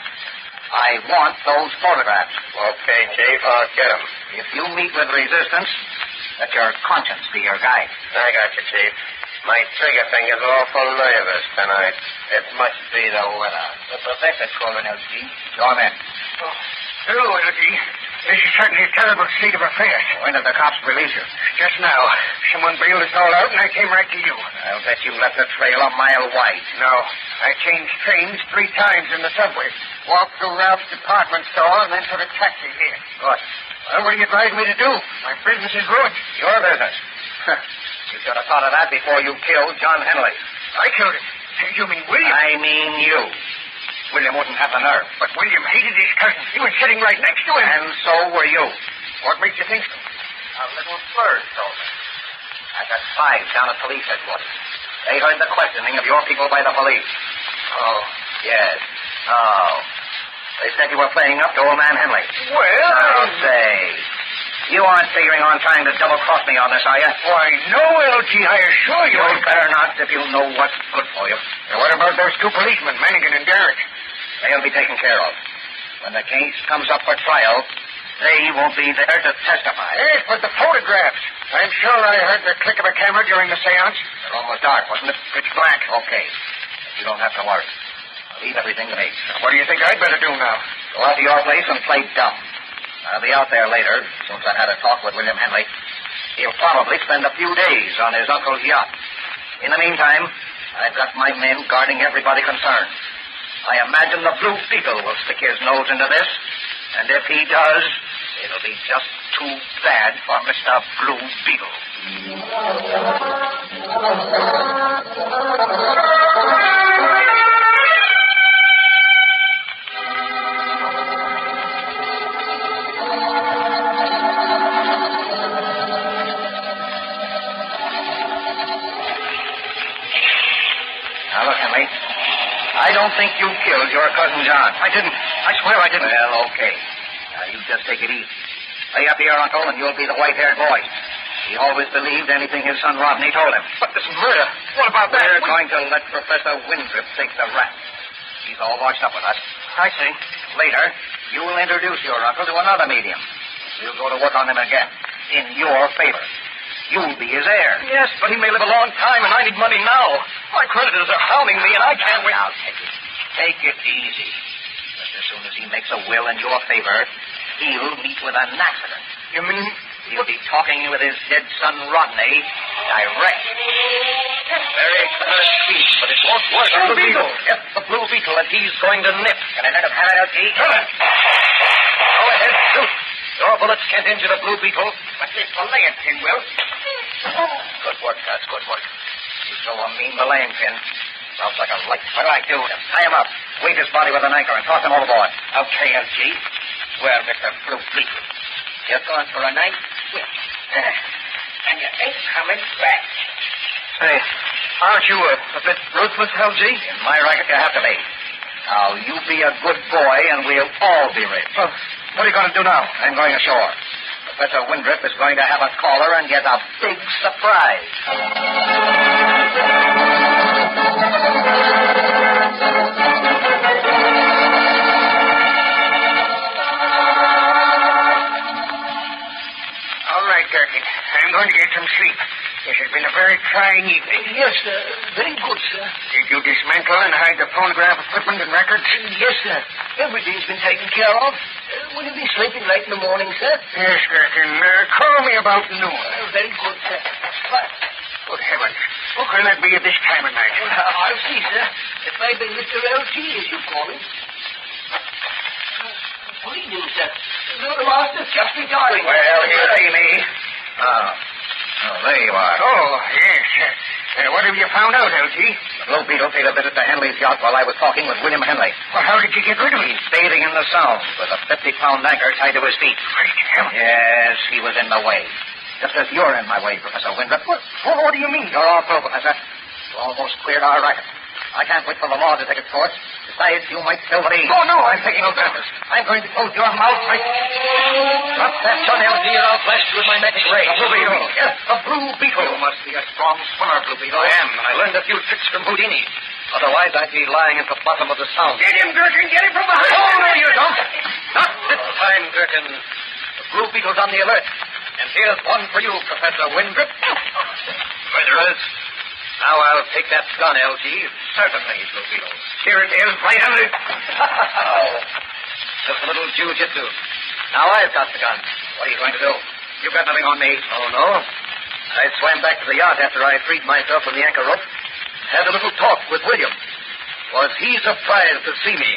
Speaker 6: I want those photographs.
Speaker 3: Okay, Chief, I'll get them.
Speaker 6: If you meet with resistance, let your conscience be your guide.
Speaker 3: I got you, Chief. My trigger finger's awful nervous tonight. It must be the weather.
Speaker 6: The professor's calling, LG. Join in.
Speaker 29: Oh, hello, LG. This is certainly a terrible state of affairs.
Speaker 6: When did the cops release you?
Speaker 29: Just now, someone bailed us all out, and I came right to you.
Speaker 6: I'll bet you left the trail a mile wide.
Speaker 29: No, I changed trains three times in the subway. Walked through Ralph's department store and then took a taxi here.
Speaker 6: Good.
Speaker 29: Well, what do you advise me to do? My business is ruined.
Speaker 6: Your business. you should have thought of that before you killed John Henley.
Speaker 29: I killed him. You mean William?
Speaker 6: I mean you. William wouldn't have the nerve.
Speaker 29: But William hated his cousin. He was sitting right next to him.
Speaker 6: And so were you.
Speaker 29: What makes you think so?
Speaker 6: A little blurred, told me. I got spies down at police headquarters. They heard the questioning of your people by the police.
Speaker 29: Oh.
Speaker 6: Yes. Oh. They said you were playing up to old man Henley.
Speaker 29: Well,
Speaker 6: Now,
Speaker 29: I-
Speaker 6: say, you aren't figuring on trying to double-cross me on this, are you?
Speaker 29: Why, no, LG, I assure you.
Speaker 6: You'd better not if you know what's good for you.
Speaker 29: And what about those two policemen, Mannigan and Derrick?
Speaker 6: They'll be taken care of. When the case comes up for trial, they won't be there to testify.
Speaker 29: Yes, but the photographs. I'm sure I heard the click of a camera during the seance.
Speaker 6: It almost dark, wasn't it?
Speaker 29: Pitch black.
Speaker 6: Okay. You don't have to worry. Leave everything to me.
Speaker 29: What do you think I'd better do now?
Speaker 6: Go out to your place and play dumb. I'll be out there later, since I had a talk with William Henley. He'll probably spend a few days on his uncle's yacht. In the meantime, I've got my men guarding everybody concerned. I imagine the Blue Beetle will stick his nose into this, and if he does, it'll be just too bad for Mr. Blue Beetle. Now, look, Henry. I don't think you killed your cousin John.
Speaker 29: I didn't. I swear I didn't.
Speaker 6: Well, okay. Now, you just take it easy. Lay up here, Uncle, and you'll be the white-haired boy. He always believed anything his son Rodney told him.
Speaker 29: But this murder. What about that?
Speaker 6: We're
Speaker 29: What-
Speaker 6: going to let Professor Winthrop take the rap. He's all washed up with us.
Speaker 29: I see.
Speaker 6: Later, you will introduce your uncle to another medium. We'll go to work on him again, in your favor. You'll be his heir.
Speaker 29: Yes, but he may live a long time, and I need money now. My creditors are hounding me, and I can't wait.
Speaker 6: Now, take it. Take it easy. Just as soon as he makes a will in your favor, he'll meet with an accident.
Speaker 29: You mean?
Speaker 6: He'll be talking with his dead son, Rodney, direct. Very clever speech, but it won't work.
Speaker 29: Blue Beetle.
Speaker 6: Yep, the Blue Beetle, and he's going to nip. Can I let him have it, LG? Go ahead, shoot. Your bullets can't injure the Blue Beetle, but this belaying pin will. Good work, Gus, good work. You throw a mean belaying pin. Sounds like a light. What do I do? Just tie him up. Weight his body with an anchor and toss him overboard. Okay, LG. Well, Mr. Blue Beetle, you're gone for a night. Well,
Speaker 29: And you ain't coming back.
Speaker 6: Hey, aren't you a, a bit ruthless, LG? In my racket, you have to be. Now, you be a good boy, and we'll all be rich.
Speaker 29: What are you going to do now?
Speaker 6: I'm going ashore. Professor Windrip is going to have a caller and get a big surprise.
Speaker 29: All right, Durkin. I'm going to get some sleep. This has been a very trying evening.
Speaker 36: Yes, sir. Very good, sir.
Speaker 29: Did you dismantle and hide the phonograph equipment and records?
Speaker 36: Mm, Yes, sir. Everything's been taken care of. Uh, will you be sleeping late in the morning, sir?
Speaker 29: Yes, Durkin. Uh, call me about noon.
Speaker 36: Well, very good, sir. But
Speaker 29: Good heavens. Who can that be at this time of night?
Speaker 36: I'll see, sir. It may be Mr. LG, as you call him. you, sir. The master's just retiring.
Speaker 27: Well, you see me.
Speaker 36: Ah.
Speaker 27: Oh, there you are. Oh, yes. Uh, what have you found out, LG?
Speaker 6: The Blue Beetle paid a visit to Henley's yacht while I was talking with William Henley.
Speaker 27: Well, how did you get rid of him?
Speaker 6: He's bathing in the Sound with a 50-pound anchor tied to his feet. Yes, he was in the way. Just as you're in my way, Professor Winthrop. What, what do you mean? You're all through, Professor. You almost cleared our racket. I can't wait for the law to take its course. Besides, you might still be...
Speaker 27: Oh, no,
Speaker 6: I'm taking no chances. I'm going to close your mouth right... Drop that gun, LG, or I'll blast you with my magic ray.
Speaker 27: A blue beetle.
Speaker 6: Yes, a blue beetle.
Speaker 27: You must be a strong swimmer, Blue Beetle.
Speaker 6: I am, and I learned a few tricks from Houdini. Otherwise, I'd be lying at the bottom of the Sound.
Speaker 27: Get him, Gherkin. Get him from behind. Oh.
Speaker 6: Oh, no, you don't. Not this time, Gherkin. The Blue Beetle's on the alert. And here's one for you, Professor Windrip. Murderers. Now I'll take that gun, LG. Certainly, Blue Beetle. Here it is, right under. oh, just a little jiu-jitsu. Now I've got the gun. What are you going to do? You've got nothing on me. Oh, no? I swam back to the yacht after I freed myself from the anchor rope. Had a little talk with William. Was he surprised to see me?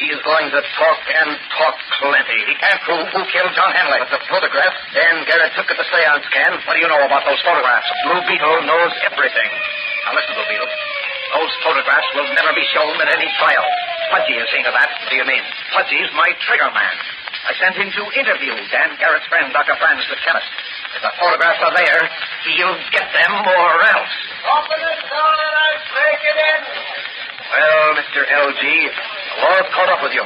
Speaker 6: He's going to talk and talk plenty. He can't prove who killed John Henley. But the photograph Dan Garrett took at the seance scan. What do you know about those photographs? Blue Beetle knows everything. Now listen, Blue Beetle. Those photographs will never be shown at any trial. Pudgy is seen to that. What do you mean? Pudgy's my trigger man. I sent him to interview Dan Garrett's friend, Dr. Franz, the chemist. If the photographs are there, he'll get them or else.
Speaker 36: Open it down and I'll break it in.
Speaker 6: Well, Mr. LG, the law's caught up with you.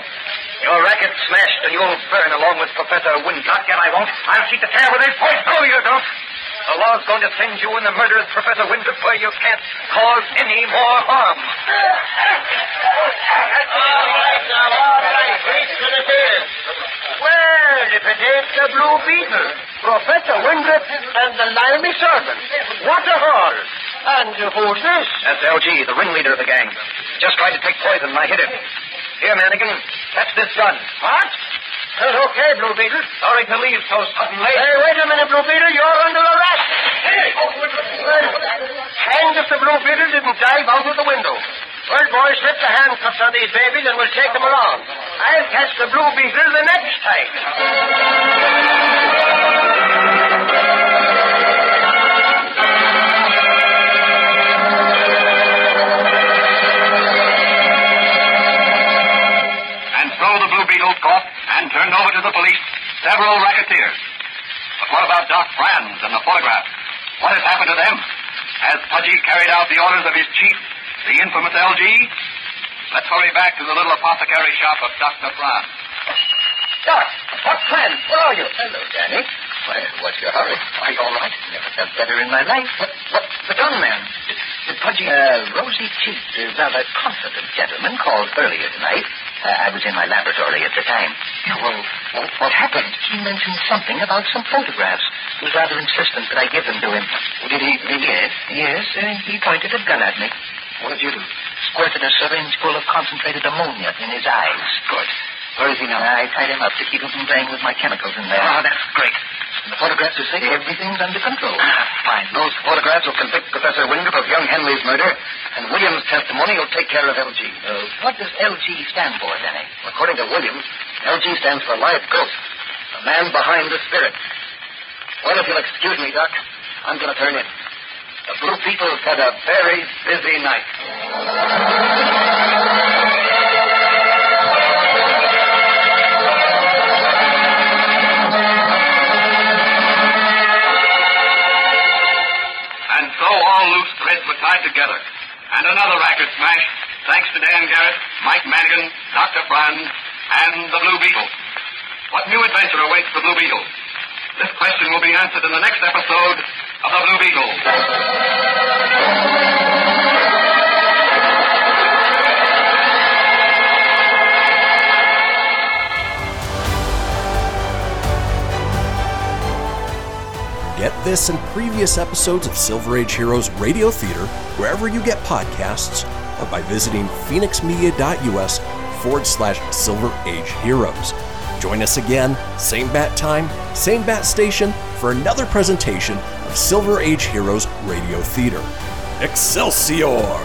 Speaker 6: Your racket's smashed, and you'll burn along with Professor Wincott. And I won't. I'll keep the tail with his point. No, you don't. The law's going to send you and the murderous Professor Winthrop where you can't cause any more harm.
Speaker 36: All right, now, all right. Wait till it is.
Speaker 29: Well, if it ain't the Blue Beetle, Professor Winthrop and the Laramie servant. What a haul! And who's this?
Speaker 6: That's LG, the ringleader of the gang. Just tried to take poison, and I hit him. Here, Mannigan, that's this gun.
Speaker 29: What? That's okay, Blue Beetle.
Speaker 6: Sorry to leave so suddenly.
Speaker 29: Hey, wait a minute, Blue Beetle. You're under arrest.
Speaker 6: Hey!
Speaker 29: Hanged if the Blue Beetle didn't dive out of the window. Bird boy, slip the handcuffs on these babies and we'll take them along. I'll catch the Blue Beetle the next time.
Speaker 27: And so the Blue Beetle caught and turned over to the police several racketeers. But what about Doc Franz and the photograph? What has happened to them? Has Pudgy carried out the orders of his chief, the infamous LG? Let's hurry back to the little apothecary shop of Dr. Franz.
Speaker 6: Doc, what plan? Where are you? Hello, Danny. Why, what's your hurry? Are you all right? Never felt better in my life. What, what, the gunman? Did, did Pudgy... Uh, rosy cheeked, a rather confident gentleman called earlier tonight. Uh, I was in my laboratory at the time. Yeah, well, well, what happened? He mentioned something about some photographs. He was rather insistent that I give them to him.
Speaker 27: Did he- did he-
Speaker 6: Yes, yes. Uh, he pointed a gun at me.
Speaker 27: What did you do?
Speaker 6: Squirted a syringe full of concentrated ammonia in his eyes.
Speaker 27: Good. Where is he now?
Speaker 6: I tied him up to keep him from playing with my chemicals in there.
Speaker 27: Ah, that's great.
Speaker 6: And the photographs are safe? Everything's under control.
Speaker 27: Ah, Fine. Those photographs will convict Professor Winthrop of young Henley's murder, and William's testimony will take care of LG.
Speaker 6: Uh, What does LG stand for, eh? Danny?
Speaker 27: According to Williams, LG stands for live ghost, the man behind the spirit. Well, if you'll excuse me, Doc, I'm going to turn in. The Blue People's had a very busy night. And so all loose threads were tied together. And another racket smashed, thanks to Dan Garrett, Mike Manigan, Dr. Brand, and the Blue Beetle. What new adventure awaits the Blue Beetle? This question will be answered in the next episode of The Blue Beetle.
Speaker 14: Get this and previous episodes of Silver Age Heroes Radio Theater wherever you get podcasts or by visiting phoenixmedia.us forward slash Silver Age Heroes. Join us again, same bat time, same bat station, for another presentation of Silver Age Heroes Radio Theater. Excelsior!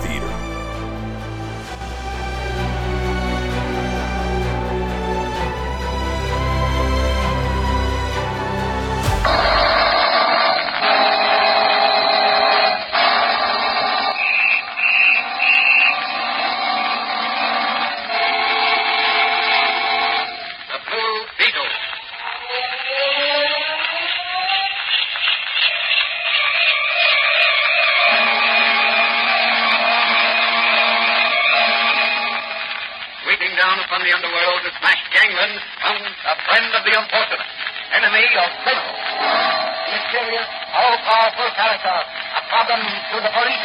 Speaker 14: Theater.
Speaker 27: The Blue Beetle. Sweeping down upon the underworld to smash gangland comes a friend of the unfortunate, enemy of criminals. Mysterious, all-powerful character, a problem to the police,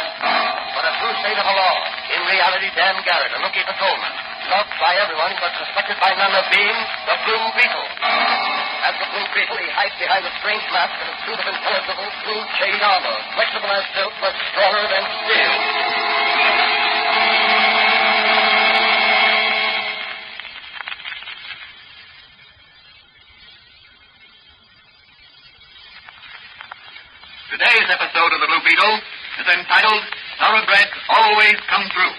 Speaker 27: but a crusade of the law. In reality, Dan Garrett, a rookie patrolman, loved by everyone but suspected by none of being the Blue Beetle. As the Blue Beetle, he hides behind a strange mask and a suit of impenetrable blue chain armor, flexible as silk, but stronger than steel. Today's episode of the Blue Beetle is entitled Thoroughbreds Always Come Through.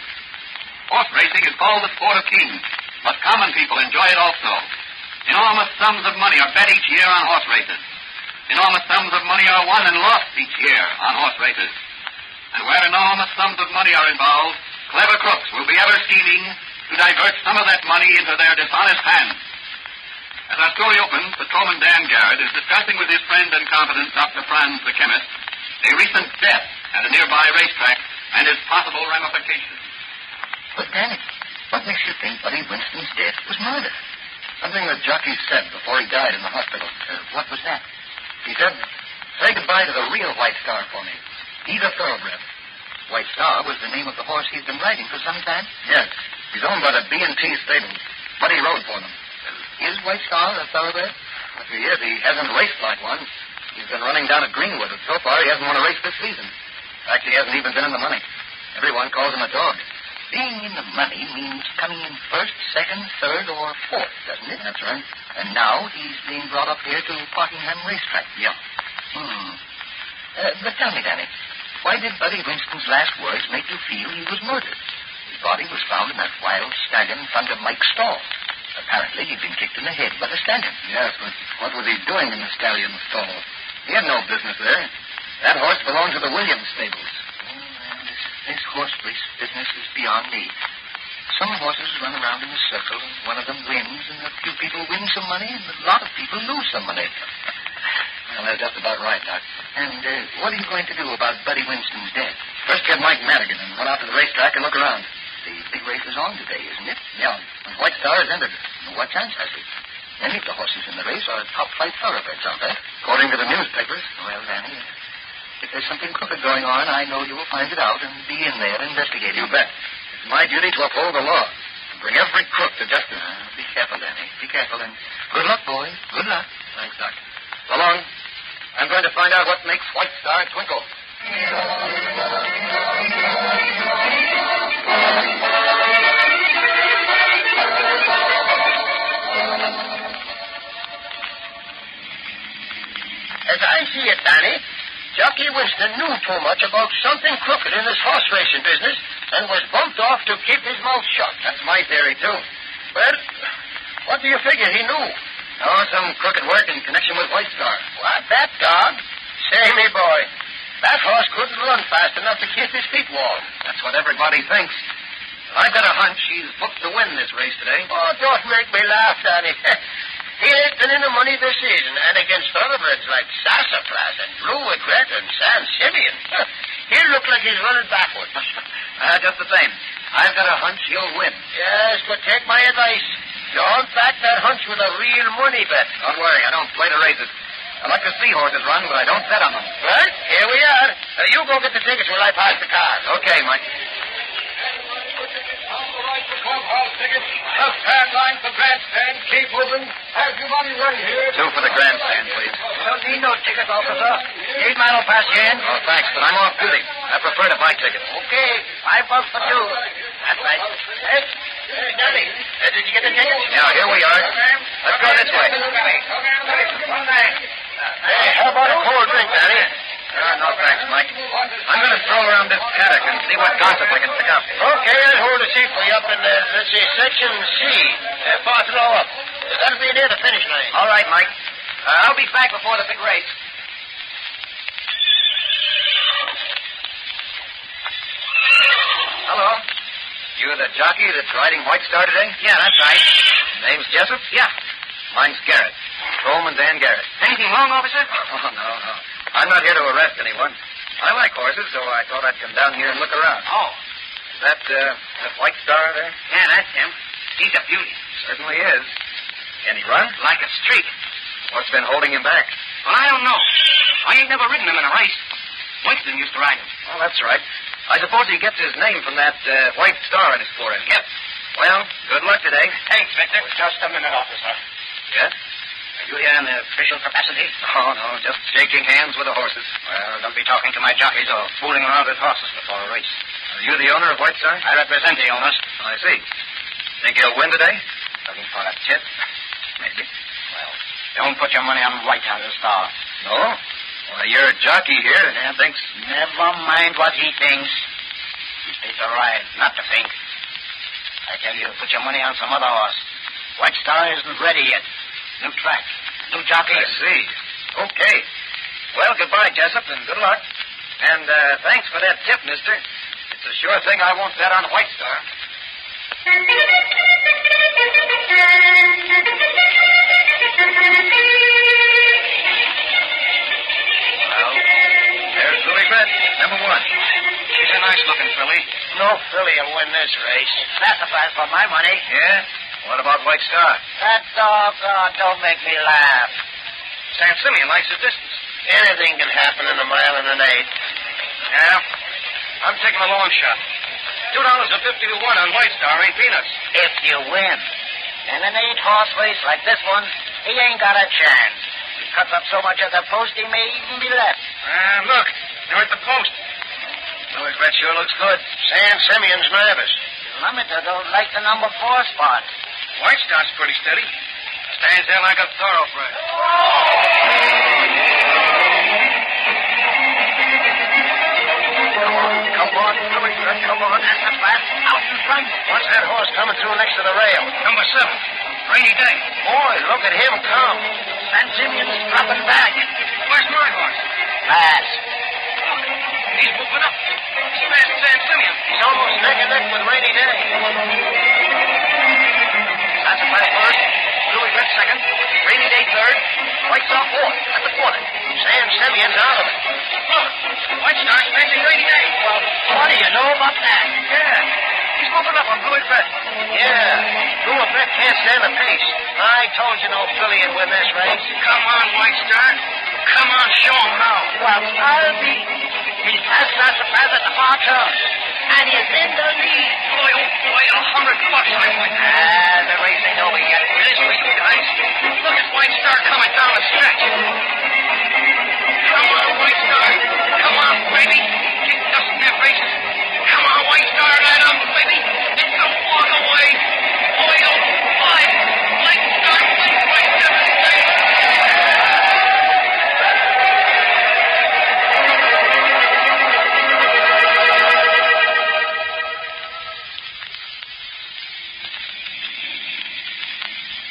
Speaker 27: Horse racing is called the sport of kings, but common people enjoy it also. Enormous sums of money are bet each year on horse races. Enormous sums of money are won and lost each year on horse races. And where enormous sums of money are involved, clever crooks will be ever scheming to divert some of that money into their dishonest hands. As our story opens, Patrolman Dan Garrett is discussing with his friend and confidant, Dr. Franz the chemist, a recent death at a nearby racetrack and its possible ramifications.
Speaker 6: But, Danny, what makes you think Buddy Winston's death was murder? Something the jockey said before he died in the hospital. Uh, what was that? He said, say goodbye to the real White Star for me. He's a thoroughbred. White Star was the name of the horse he's been riding for some time? Yes. He's owned by the B&T stable. Buddy rode for them. Is White Star a thoroughbred? If he is, he hasn't raced like one. He's been running down at Greenwood, and so far he hasn't won a race this season. In fact, he hasn't even been in the money. Everyone calls him a dog. Being in the money means coming in first, second, third, or fourth, doesn't it? That's right. And now he's being brought up here to Parkingham Racetrack. Yeah. Hmm. Uh, but tell me, Danny, why did Buddy Winston's last words make you feel he was murdered? His body was found in that wild stallion under Mike's stall. Apparently, he'd been kicked in the head by the stallion. Yes, but what was he doing in the stallion stall? He had no business there. That horse belonged to the Williams stables. Oh, This horse race business is beyond me. Some horses run around in a circle, and one of them wins, and a few people win some money, and a lot of people lose some money. Well, that's just about right, Doc. And uh, what are you going to do about Buddy Winston's death? First, get Mike Madigan and run out to the racetrack and look around. The big race is on today, isn't it? Yeah. And White Star has entered. And what chance has he? Any of the horses in the race are top flight thoroughbreds, aren't they? According to the newspapers. Well, Danny, if there's something crooked going on, I know you will find it out and be in there investigating. You bet. It's my duty to uphold the law. and Bring every crook to justice. Uh, be careful, Danny. Be careful, and good luck, boys. Good luck. Thanks, Doc. So long. I'm going to find out what makes White Star twinkle.
Speaker 36: As I see it, Danny, Jockey Winston knew too much about something crooked in this horse racing business and was bumped off to keep his mouth shut. That's my theory, too. Well, what do you figure he knew?
Speaker 6: Oh, some crooked work in connection with White Star.
Speaker 36: What, that dog? Say, me boy, that horse couldn't run fast enough to kiss his feet wall.
Speaker 6: That's what everybody thinks. But I've got a hunch he's booked to win this race today.
Speaker 36: Oh, don't make me laugh, Danny. he has been in the money this season, and against thoroughbreds like Sassafras and Blue Regret and San Simeon. he looked like he's running backwards.
Speaker 6: Uh, just the same, I've got a hunch he'll win.
Speaker 36: yes, but take my advice. Don't back that hunch with a real money bet.
Speaker 6: Don't worry, I don't play the races.
Speaker 32: I like to see horses run, but I don't bet on them. Well, here we are. Uh, you go get the tickets while I pass the cars. Okay, Mike.
Speaker 6: Left hand line for grandstand. Keep moving. Have your money ready here.
Speaker 32: Two for the grandstand, please.
Speaker 6: I don't need no ticket, officer. Eight man will pass you in.
Speaker 32: Oh, thanks, but I'm off duty. I prefer to buy tickets.
Speaker 6: Okay. Five bucks for two. That's right. Hey, Danny, uh, did you get the tickets?
Speaker 32: Yeah, here we are. Let's go this way.
Speaker 6: Hey,
Speaker 32: how about a cold drink, Danny? Uh, no, thanks, Mike. I'm going to stroll around this paddock and see what gossip I can pick up.
Speaker 37: Okay, I'll hold a seat for you up in, uh, let's see, section C. Uh, pass it all up. Uh, That'll be near the finish line.
Speaker 6: All right, Mike. Uh, I'll be back before the big race.
Speaker 32: Hello. You the jockey that's riding White Star today?
Speaker 6: Yeah, that's right.
Speaker 32: Name's Jessup?
Speaker 6: Yeah.
Speaker 32: Mine's Garrett. Coleman Dan Garrett.
Speaker 6: Anything wrong, officer?
Speaker 32: Oh, no, no. I'm not here to arrest anyone. I like horses, so I thought I'd come down here and look around.
Speaker 6: Oh,
Speaker 32: Is that, uh, that White Star there?
Speaker 6: yeah, that's him. He's a beauty.
Speaker 32: Certainly is. Can he run?
Speaker 6: Like a streak.
Speaker 32: What's been holding him back?
Speaker 6: Well, I don't know. I ain't never ridden him in a race. Winston used to ride him.
Speaker 32: Well, that's right. I suppose he gets his name from that uh, white star on his forehead.
Speaker 6: Yep.
Speaker 32: Well, good luck today.
Speaker 6: Thanks, Victor. Oh, Just a minute, officer.
Speaker 32: Yes?
Speaker 6: Are you here in the official capacity?
Speaker 32: Oh, no, just shaking hands with the horses.
Speaker 6: Well, don't be talking to my jockeys or fooling around with horses before a race.
Speaker 32: Are you the owner of White Star?
Speaker 6: I represent the owners.
Speaker 32: I see. Think he'll win today?
Speaker 6: Looking for a tip? Maybe. Well, don't put your money on White House Star.
Speaker 32: No? Well, you're a jockey here and he thinks...
Speaker 6: Never mind what he thinks. He pays a ride, not to think. I tell you, put your money on some other horse. White Star isn't ready yet. New track, new jockey.
Speaker 32: I see. Okay. Well, goodbye, Jessup, and good luck. And uh, thanks for that tip, mister. It's a sure thing I won't bet on White Star. Well, there's Lily Brett, number one.
Speaker 6: She's a nice looking filly.
Speaker 37: No filly will win this race.
Speaker 6: Classified for my money.
Speaker 32: Yeah? What about White Star?
Speaker 37: That dog, oh, don't make me laugh.
Speaker 6: Sam Simeon likes the distance.
Speaker 37: Anything can happen in a mile and an eighth.
Speaker 6: Yeah? I'm taking a long shot. Two dollars and fifty to one on White Star ain't peanuts.
Speaker 37: If you win. In an eight horse race like this one, he ain't got a chance. He cuts up so much at the post, he may even be left.
Speaker 6: And look, they're at the post.
Speaker 32: Lily Brett sure looks good.
Speaker 37: Sam Simeon's nervous. Lumiter don't like the number four spot.
Speaker 6: White Star's pretty steady. Stands there like a thoroughbred.
Speaker 37: Come on, Billy, come on. That's the flat. Out in front. Watch that horse coming through next to the rail.
Speaker 6: Number seven, Rainy Day.
Speaker 37: Boy, look at him come. San Simeon's dropping back.
Speaker 6: Where's my horse?
Speaker 37: Pass.
Speaker 6: He's moving up. He's past Sam Simeon.
Speaker 37: He's almost neck and neck with Rainy Day.
Speaker 6: That's a flat first. Louis Red second. Rainy Day third. White Star fourth. At the corner.
Speaker 37: Sam Simeon's out of it.
Speaker 6: Look, White Star's passing Rainy Day.
Speaker 37: Well, what do you know about that?
Speaker 6: Yeah. He's moving up on Louis Red.
Speaker 37: Yeah. Louis Beck can't stand the pace. I told you no filly would win this race.
Speaker 6: Come on, White Star. Come on, show him how.
Speaker 37: Well, I'll be. He's passed out the path at the far turn. And he's in the lead.
Speaker 6: Boy, oh boy, a hundred bucks on White Star.
Speaker 37: Ah, the race ain't over yet.
Speaker 6: It is for you guys. Look at White Star coming down the stretch. Come on, White Star. Come on, baby. Kick dust in their faces. Come on, White Star. Light up, baby. And don't walk away. Boy, oh boy. White Star wins by seven states.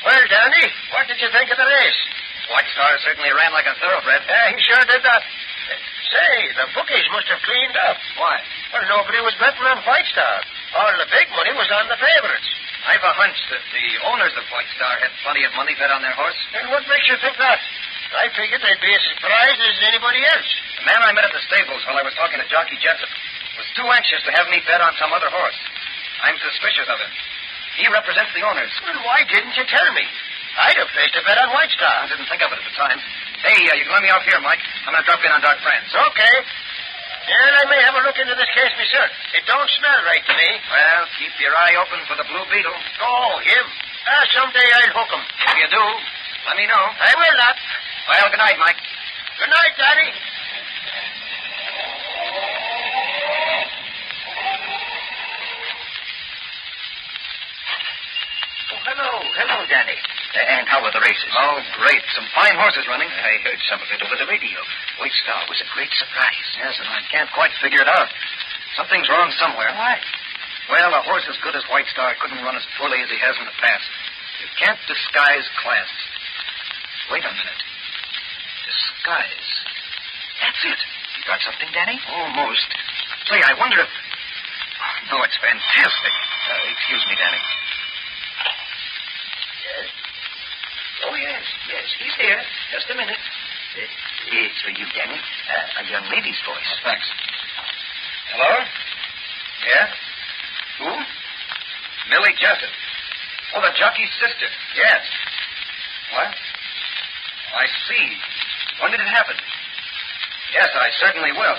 Speaker 37: Well, Danny, what did you think of the race?
Speaker 32: White Star certainly ran like a thoroughbred.
Speaker 37: Yeah, he sure did that. Uh, Say, the bookies must have cleaned up.
Speaker 32: Why?
Speaker 37: Well, nobody was betting on White Star. All the big money was on the favorites.
Speaker 32: I've a hunch that the owners of White Star had plenty of money bet on their horse.
Speaker 37: And what makes you think that? I figured they'd be as surprised as anybody else.
Speaker 32: The man I met at the stables while I was talking to Jockey Jessup was too anxious to have me bet on some other horse. I'm suspicious of him. He represents the owners.
Speaker 37: Well, why didn't you tell me? I'd have placed a bet on White Star.
Speaker 32: I didn't think of it at the time.
Speaker 6: Hey, uh, you can let me off here, Mike. I'm going to drop in on Doc Franz.
Speaker 38: Okay. And I may have a look into this case myself. It don't smell right to me.
Speaker 6: Well, keep your eye open for the Blue Beetle.
Speaker 38: Oh, him. Ah, someday I'll hook him.
Speaker 6: If you do, let me know.
Speaker 38: I will not.
Speaker 6: Well, good night, Mike.
Speaker 38: Good night, Daddy.
Speaker 6: Oh, hello, hello, Danny. Uh, And how were the races? Oh, great. Some fine horses running. I heard some of it over the radio. White Star was a great surprise. Yes, and I can't quite figure it out. Something's wrong somewhere.
Speaker 38: Why?
Speaker 6: Well, a horse as good as White Star couldn't run as poorly as he has in the past. You can't disguise class. Wait a minute. Disguise. That's it. You got something, Danny? Almost. Say, I wonder if. Oh, no, it's fantastic. Uh, excuse me, Danny.
Speaker 39: Yes. Oh, yes, yes. He's here. Just a minute.
Speaker 6: It's for you, Danny. Uh, a young lady's voice. thanks.
Speaker 39: Hello?
Speaker 6: Yeah? Who? Millie Jessup. Oh, the jockey's sister. Yes. What? I see. When did it happen? Yes, I certainly will.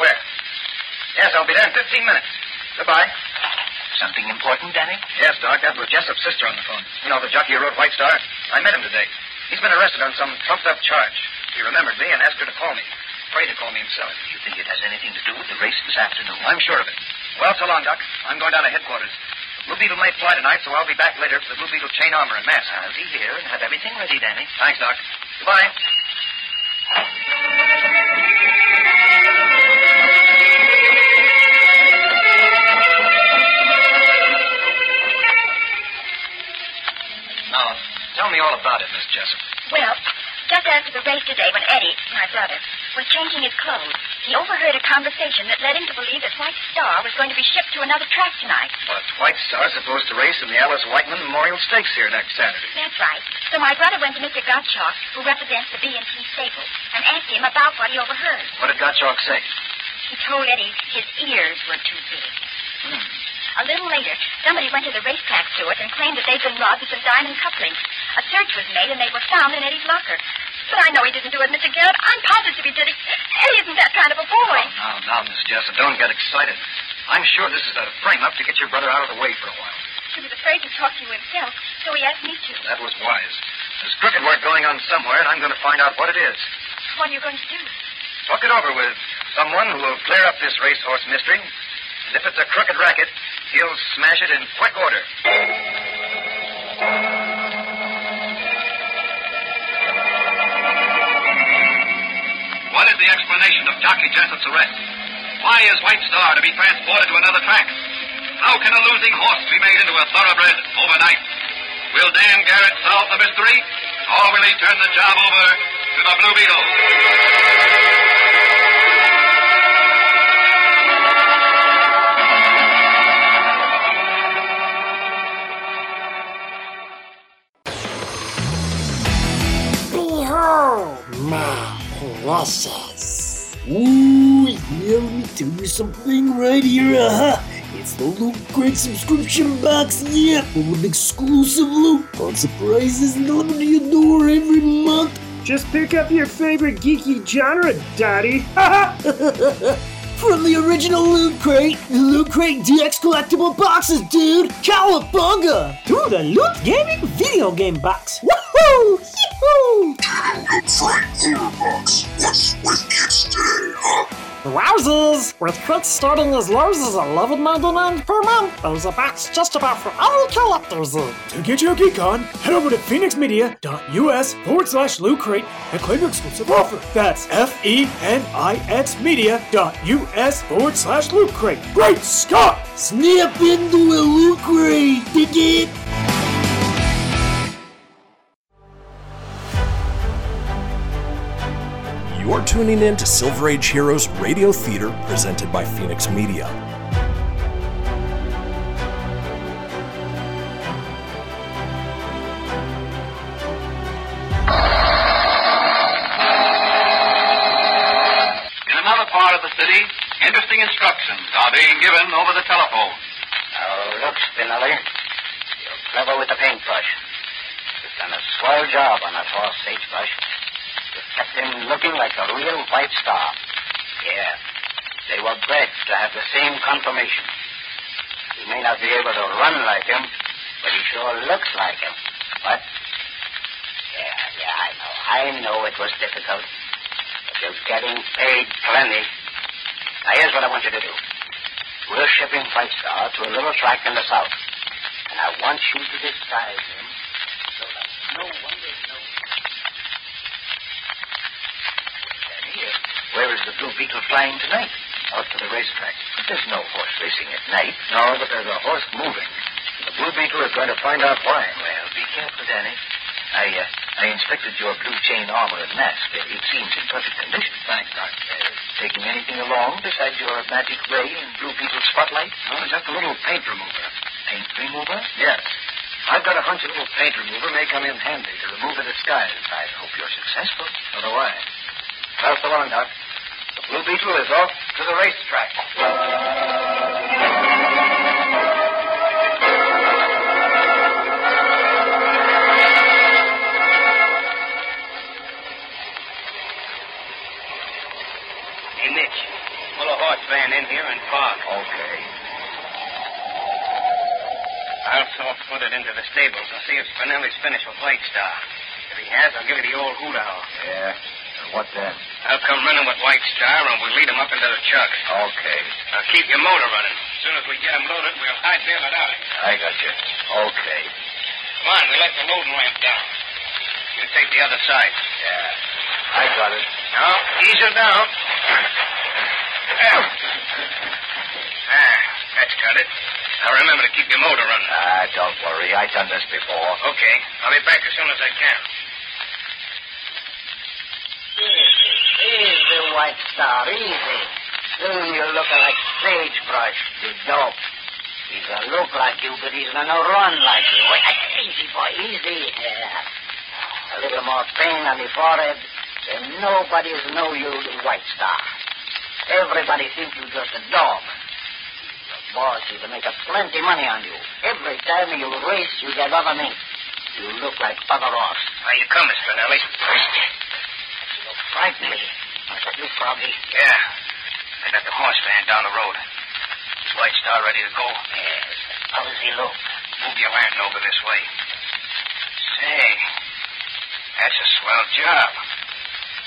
Speaker 6: Where? Yes, I'll be there in 15 minutes. Goodbye.
Speaker 38: Something important, Danny?
Speaker 6: Yes, Doc, that was Jessup's sister on the phone. You know, the jockey who rode White Star. I met him today. He's been arrested on some trumped up charge. He remembered me and asked her to call me. Afraid to call me himself.
Speaker 38: You think it has anything to do with the race this afternoon?
Speaker 6: I'm sure of it. Well, so long, Doc. I'm going down to headquarters. The Blue Beetle may fly tonight, so I'll be back later for the Blue Beetle chain armor and mask.
Speaker 38: I'll be here and have everything ready, Danny.
Speaker 6: Thanks, Doc. Goodbye. Now, tell me all about it, Miss Jessup.
Speaker 32: Well, just after the race today, when Eddie, my brother, was changing his clothes, he overheard a conversation that led him to believe that White Star was going to be shipped to another track tonight.
Speaker 6: But White Star's supposed to race in the Alice Whiteman Memorial Stakes here next Saturday.
Speaker 32: That's right. So my brother went to Mr. Gottschalk, who represents the B&T stable, and asked him about what he overheard.
Speaker 6: What did Gottschalk say?
Speaker 32: He told Eddie his ears were too big.
Speaker 6: Hmm.
Speaker 32: A little later, somebody went to the racetrack stewards and claimed that they'd been robbed of some diamond couplings. A search was made, and they were found in Eddie's locker. But I know he didn't do it, Mr. Garrett. I'm positive he did it. Eddie isn't that kind of a boy.
Speaker 6: Now, now, Miss Jessup, don't get excited. I'm sure this is a frame-up to get your brother out of the way for a while.
Speaker 32: He was afraid to talk to you himself, so he asked me to.
Speaker 6: That was wise. There's crooked work going on somewhere, and I'm going to find out what it is.
Speaker 32: What are you going to do?
Speaker 6: Talk it over with someone who will clear up this racehorse mystery. And if it's a crooked racket, he'll smash it in quick order.
Speaker 40: What is the explanation of Jockey Jessup's arrest? Why is White Star to be transported to another track? How can a losing horse be made into a thoroughbred overnight? Will Dan Garrett solve the mystery, or will he turn the job over to the Blue Beetle?
Speaker 12: Behold my process. Ooh, yeah, let me tell you something right here. Uh-huh. It's the Loot Crate subscription box, yeah, full of exclusive loot on surprises delivered to your door every month.
Speaker 41: Just pick up your favorite geeky genre, Daddy.
Speaker 12: From the original Loot Crate, the Loot Crate DX collectible boxes, dude! Cowabunga!
Speaker 41: To the Loot Gaming video game box. Woohoo! Yee-hoo! Wowzers! With crits starting as low as 11 99 per month, there's a box just about for all collectors.
Speaker 9: To get your geek on, head over to phoenixmedia.us forward slash loot crate and claim your exclusive offer. That's E F-E-N-I-X media.us forward slash loot crate. Great Scott!
Speaker 12: Snap into a Loot Crate, dig it?
Speaker 14: You're tuning in to Silver Age Heroes Radio Theater presented by Phoenix Media.
Speaker 40: In another part of the city, interesting instructions are being given over the telephone.
Speaker 42: Oh, look, Spinelli. You're clever with the paintbrush. You've done a swell job on that horse, Sagebrush.
Speaker 6: It kept them looking like a real white star. Yeah. They were bred to have the same conformation. He may not be able to run like him, but he sure looks like him. What? Yeah, yeah, I know. I know it was difficult. But you're getting paid plenty. Now, here's what I want you to do. We're shipping White Star to a little track in the south. And I want you to disguise him so that no one will know. Here, Where is the Blue Beetle flying tonight? Out to the racetrack. But there's no horse racing at night. No, but there's a horse moving. The Blue Beetle is going to find out why. Well, be careful, Danny. I, uh, I inspected your blue chain armor and mask. It it seems in perfect condition. Thanks, Doctor. Uh, taking anything along besides your magic ray and blue beetle spotlight? No, just a little paint remover. Paint remover? Yes. I've got a hunch a little paint remover may come in handy to remove the disguise. I hope you're successful. So do I. Pass along, Doc. The blue beetle is off to the racetrack.
Speaker 29: Hey, Mitch, pull a horse van in here and park. Okay. I'll soft foot it into the stables and see if Spinelli's finished with White Star. If he has, I'll give you the old hoot owl.
Speaker 6: Yeah. What then?
Speaker 29: I'll come running with White Star and we'll lead him up into the chuck.
Speaker 6: Okay.
Speaker 29: Now keep your motor running. As soon as we get him loaded, we'll high bail it out. of here.
Speaker 6: I got you. Okay.
Speaker 29: Come on, we let the loading ramp down. You take the other side. Yeah.
Speaker 6: I got it.
Speaker 29: Now, ease her down. Ah, that's got it. Now remember to keep your motor running.
Speaker 6: Ah, don't worry. I've done this before.
Speaker 29: Okay. I'll be back as soon as I can.
Speaker 6: Easy, easy, White Star, easy. Ooh, you're looking like sagebrush, you dope. He's gonna look like you, but he's gonna run like you. Wait, uh, easy, boy, easy. Yeah. A little more pain on the forehead, and nobody's know you, White Star. Everybody thinks you just a dog. Your boss is to make a plenty money on you. Every time you race, you get over me. You look like Father Ross.
Speaker 29: Now you come, Mr. Nellie.
Speaker 6: Frighten me. I said, you probably.
Speaker 29: Yeah. I got the horse van down the road. Is White Star ready to go?
Speaker 6: Yes. How does he look?
Speaker 29: Move your lantern over this way. Say, that's a swell job.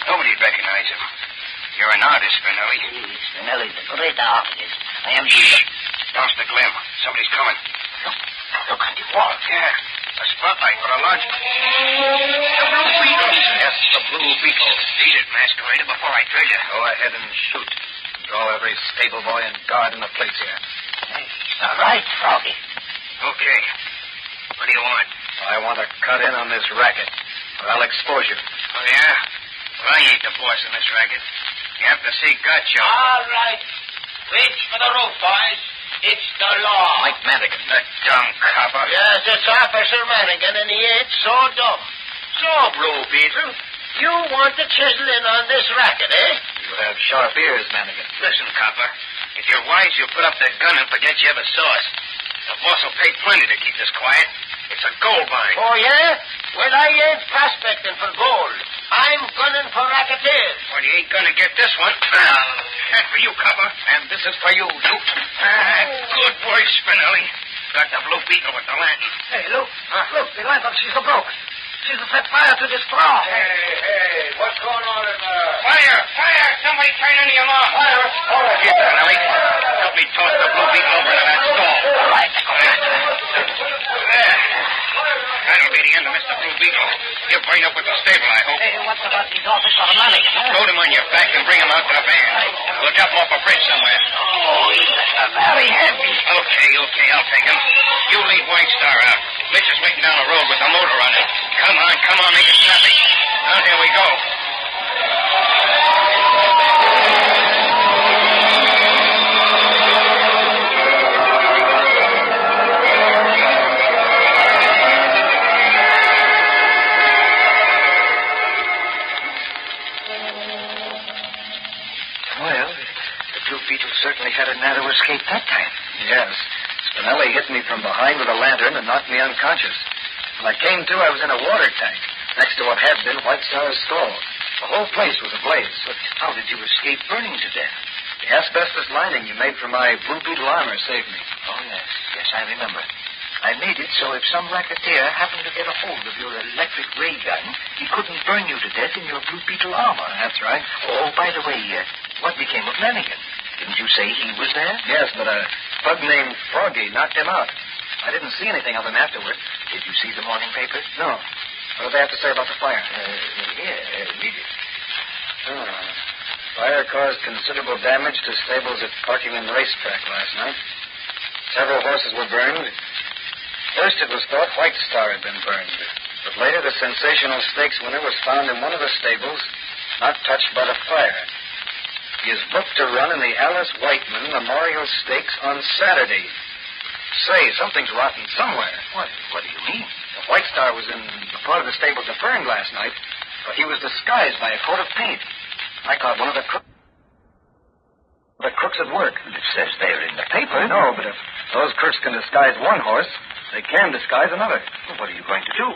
Speaker 29: Nobody recognized him. You're an artist, Spinelli.
Speaker 6: Spinelli's a great artist. I am.
Speaker 29: Shh. Douse the glim. Somebody's coming.
Speaker 6: Look on the wall.
Speaker 29: Yeah. A spotlight for a large. The blue beetle. Yes, the blue beetle. Beat it, masquerader, before I drill you.
Speaker 43: Go ahead and shoot. Draw every stable boy and guard in the place here.
Speaker 6: All right, Froggy.
Speaker 29: Okay. What do you want?
Speaker 43: I want to cut in on this racket, or I'll expose you.
Speaker 29: Oh, yeah? Well, I ain't the boss in this racket. You have to see Gotcha.
Speaker 36: All right. Wait for the rope, boys. It's the law.
Speaker 29: Mike Madigan. The dumb copper.
Speaker 36: Yes, it's Officer Madigan, and he ain't so dumb. So, Blue Beetle, you want to chisel in on this racket, eh?
Speaker 43: You have sharp ears, Madigan.
Speaker 29: Listen, copper. If you're wise, you'll put up that gun and forget you ever saw us. The boss will pay plenty to keep this quiet. It's a gold mine.
Speaker 36: Oh, yeah? Well, I ain't prospecting for gold. I'm gunning for racketeers.
Speaker 29: Well, you ain't gonna get this one. That's for you, copper. And this is for you, you. Ah, good work, Spinelli. Got the blue beetle with the lantern.
Speaker 36: Hey, look. Look, the lantern, she's a broke. She's set fire to this straw.
Speaker 29: hey, what's going on in there? Fire! Fire! Somebody turn in the alarm. Fire! All right, here, Spinelli. Help me toss the blue beetle over to that stall. All right. There. That'll be the end of Mr. Blue Beetle. You'll bring up with the stable, I hope.
Speaker 6: Hey, what's about these officer Madigan, huh?
Speaker 29: Load him on your back and bring him out to the van. We'll drop him off a bridge somewhere.
Speaker 6: Oh, he's very heavy.
Speaker 29: Okay, okay, I'll take him. You leave White Star out. Mitch is waiting down the road with the motor on it. Come on, come on, make it snappy. Now, here we go.
Speaker 6: Well, the Blue Beetle certainly had a narrow escape that time.
Speaker 43: Yes. Spinelli hit me from behind with a lantern and knocked me unconscious. When I came to, I was in a water tank next to what had been White Star's stall.
Speaker 6: The whole place was ablaze. But how did you escape burning to death? The asbestos lining you made for my blue beetle armor saved me. Oh, yes. Yes, I remember. I made it so if some racketeer happened to get a hold of your electric ray gun, he couldn't burn you to death in your blue beetle armor. That's right. Oh, by the way, uh, what became of Lanigan? Didn't you say he was there? Yes, but a bug named Froggy knocked him out. I didn't see anything of him afterward. Did you see the morning paper? No. What do they have to say about the fire? Uh, here, uh, read it. Ah, Fire caused considerable damage to stables at Parkingham Racetrack last night. Several horses were burned. First, it was thought White Star had been burned. But later, the sensational stakes winner was found in one of the stables, not touched by the fire. He is booked to run in the Alice Whiteman Memorial Stakes on Saturday. Say, something's rotten somewhere. What? What do you mean? The White Star was in the part of the stable that burned last night, but he was disguised by a coat of paint. I caught one of the crooks. The crooks at work. It says they're in the paper. No, but if those crooks can disguise one horse, they can disguise another. what are you going to do?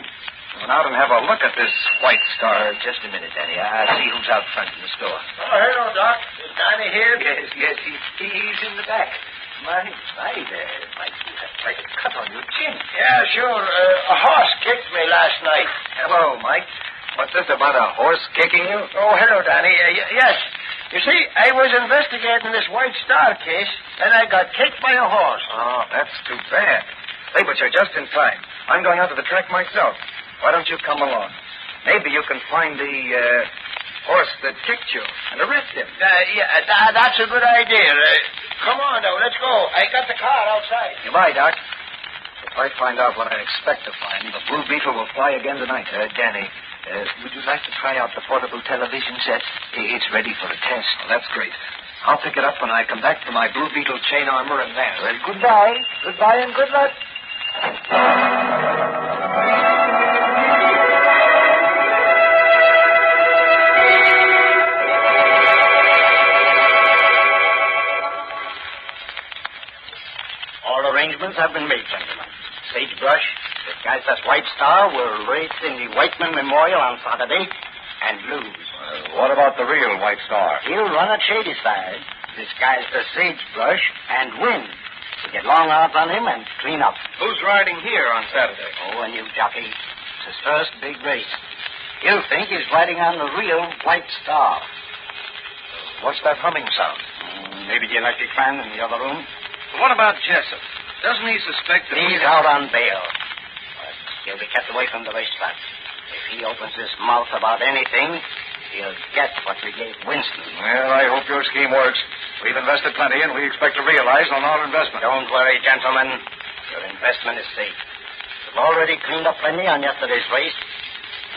Speaker 6: Run out and have a look at this White Star. just a minute, Danny. I, I see who's out front in the store.
Speaker 36: Oh, hello, Doc. Is Danny here?
Speaker 6: Yes, yes, he's, he's in the back. My, my, there, Mike, you have quite a cut on your chin.
Speaker 36: Yeah, sure. Uh, a horse kicked me last night.
Speaker 6: Hello, Mike. What's this about a horse kicking you?
Speaker 36: Oh, hello, Danny. Uh, y- yes. You see, I was investigating this White Star case, and I got kicked by a horse.
Speaker 6: Oh, that's too bad. Hey, but you're just in time. I'm going out to the track myself. Why don't you come along? Maybe you can find the uh, horse that kicked you and arrest him.
Speaker 36: Uh, yeah, tha- that's a good idea. Uh, come on, now. Let's go. I got the car outside.
Speaker 6: Goodbye, Doc. If I find out what I expect to find, the Blue Beetle will fly again tonight. Uh, Danny, uh, would you like to try out the portable television set? I- It's ready for a test. Oh, that's great. I'll pick it up when I come back for my Blue Beetle chain armor and that. Well, goodbye. Goodbye and good luck.
Speaker 44: All arrangements have been made, gentlemen. Sagebrush, the Kansas White Star will race in the Whiteman Memorial on Saturday and lose.
Speaker 45: What about the real White Star?
Speaker 44: He'll run at Shady Side, disguised as Sagebrush, and win. We get long odds on him and clean up.
Speaker 45: Who's riding here on Saturday?
Speaker 44: Oh, a new jockey. It's his first big race. He'll think he's riding on the real White Star.
Speaker 6: What's that humming sound?
Speaker 44: Maybe the electric fan in the other room.
Speaker 45: What about Jessup? Doesn't he suspect that...
Speaker 44: He's out on bail. But he'll be kept away from the racetrack. If he opens his mouth about anything, he'll get what we gave Winston.
Speaker 45: Well, I hope your scheme works. We've invested plenty, and we expect to realize on our investment.
Speaker 44: Don't worry, gentlemen. Your investment is safe. You've already cleaned up plenty on yesterday's race.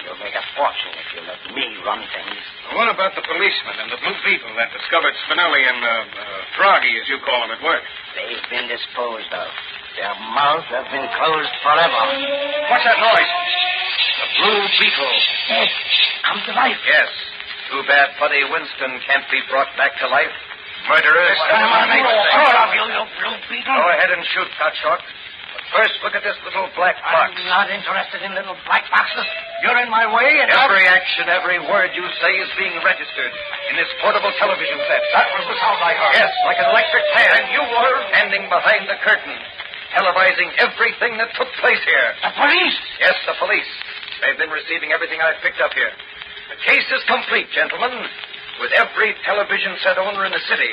Speaker 44: You'll make a fortune if you let me run things.
Speaker 45: What about the policeman and the blue beetle that discovered Spinelli and uh, uh, Froggy, as you call him, at work?
Speaker 44: They've been disposed of. Their mouths have been closed forever.
Speaker 45: What's that noise?
Speaker 44: The Blue Beetle. Yes, I'm to life.
Speaker 45: Yes. Too bad Buddy Winston can't be brought back to life. Murderers.
Speaker 44: Blue Beetle.
Speaker 45: Go ahead and shoot, Cutshot. But first, look at this little black box.
Speaker 44: I'm not interested in little black boxes. You're in my way, and I'm-
Speaker 45: Every action, every word you say is being registered in this portable television set. That was the sound I heard. Yes, like an electric fan. And you were standing behind the curtain, televising everything that took place here.
Speaker 44: The police!
Speaker 45: Yes, the police. They've been receiving everything I've picked up here. The case is complete, gentlemen. With every television set owner in the city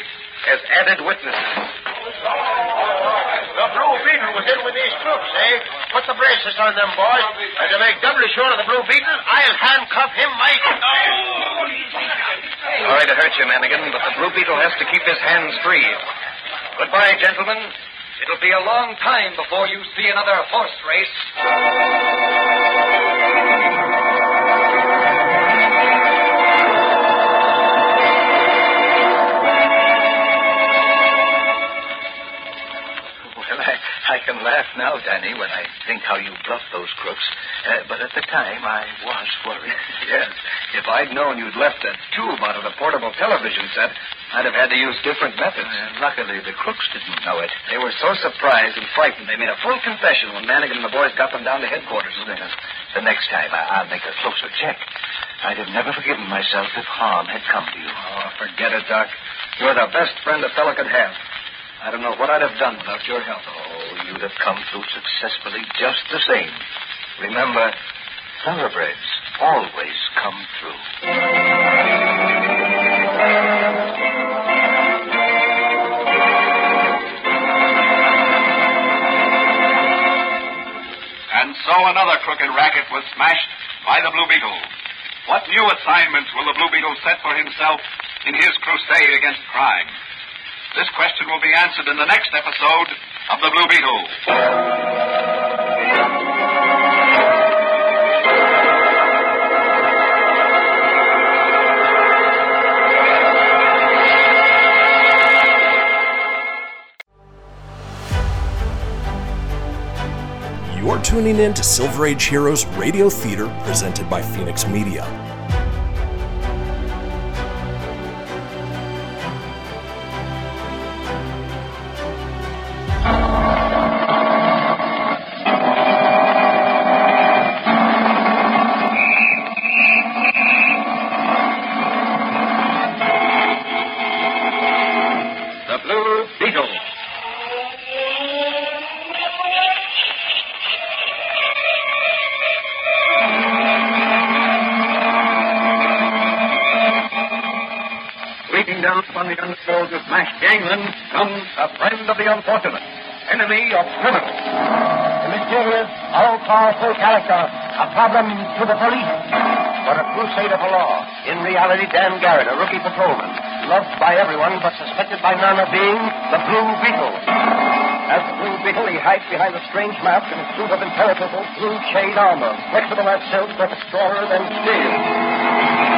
Speaker 45: as added witnesses.
Speaker 36: The Blue Beetle was in with these crooks, eh? Put the braces on them, boys. And to make doubly sure of the Blue Beetle, I'll handcuff him myself.
Speaker 45: Sorry to hurt you, Manigan, but the Blue Beetle has to keep his hands free. Goodbye, gentlemen. It'll be a long time before you see another horse race.
Speaker 46: Well, I, I can laugh now, Danny, when I think how you bluffed those crooks. Uh, but at the time, I was worried.
Speaker 45: Yes. If I'd known you'd left that tube out of the portable television set, I'd have had to use different methods.
Speaker 46: luckily, the crooks didn't know it.
Speaker 45: They were so surprised and frightened, they made a full confession when Manigan and the boys got them down to headquarters.
Speaker 46: The next time, I, I'll make a closer check.
Speaker 47: I'd have never forgiven myself if harm had come to you.
Speaker 6: Oh, forget it, Doc. You're the best friend a fellow could have. I don't know what I'd have done without your help.
Speaker 47: Oh, you'd have come through successfully just the same. Remember, thoroughbreds always come through.
Speaker 48: And so another crooked racket was smashed by the Blue Beetle. What new assignments will the Blue Beetle set for himself in his crusade against crime? This question will be answered in the next episode of The Blue Beetle.
Speaker 14: You're tuning in to Silver Age Heroes Radio Theater presented by Phoenix Media.
Speaker 48: The Blue Beetle.
Speaker 6: Sweeping down upon the underworld with mashed gangland comes a friend of the unfortunate, enemy of criminals. The mysterious, all-powerful character, a problem to the police.
Speaker 1: But a crusader for law. In reality, Dan Garrett, a rookie patrolman. Loved by everyone, but suspected by none of being the Blue Beetle.
Speaker 6: As the Blue Beetle, he hides behind a strange mask and a suit of impenetrable blue chain armor, flexible as silk, but stronger than steel.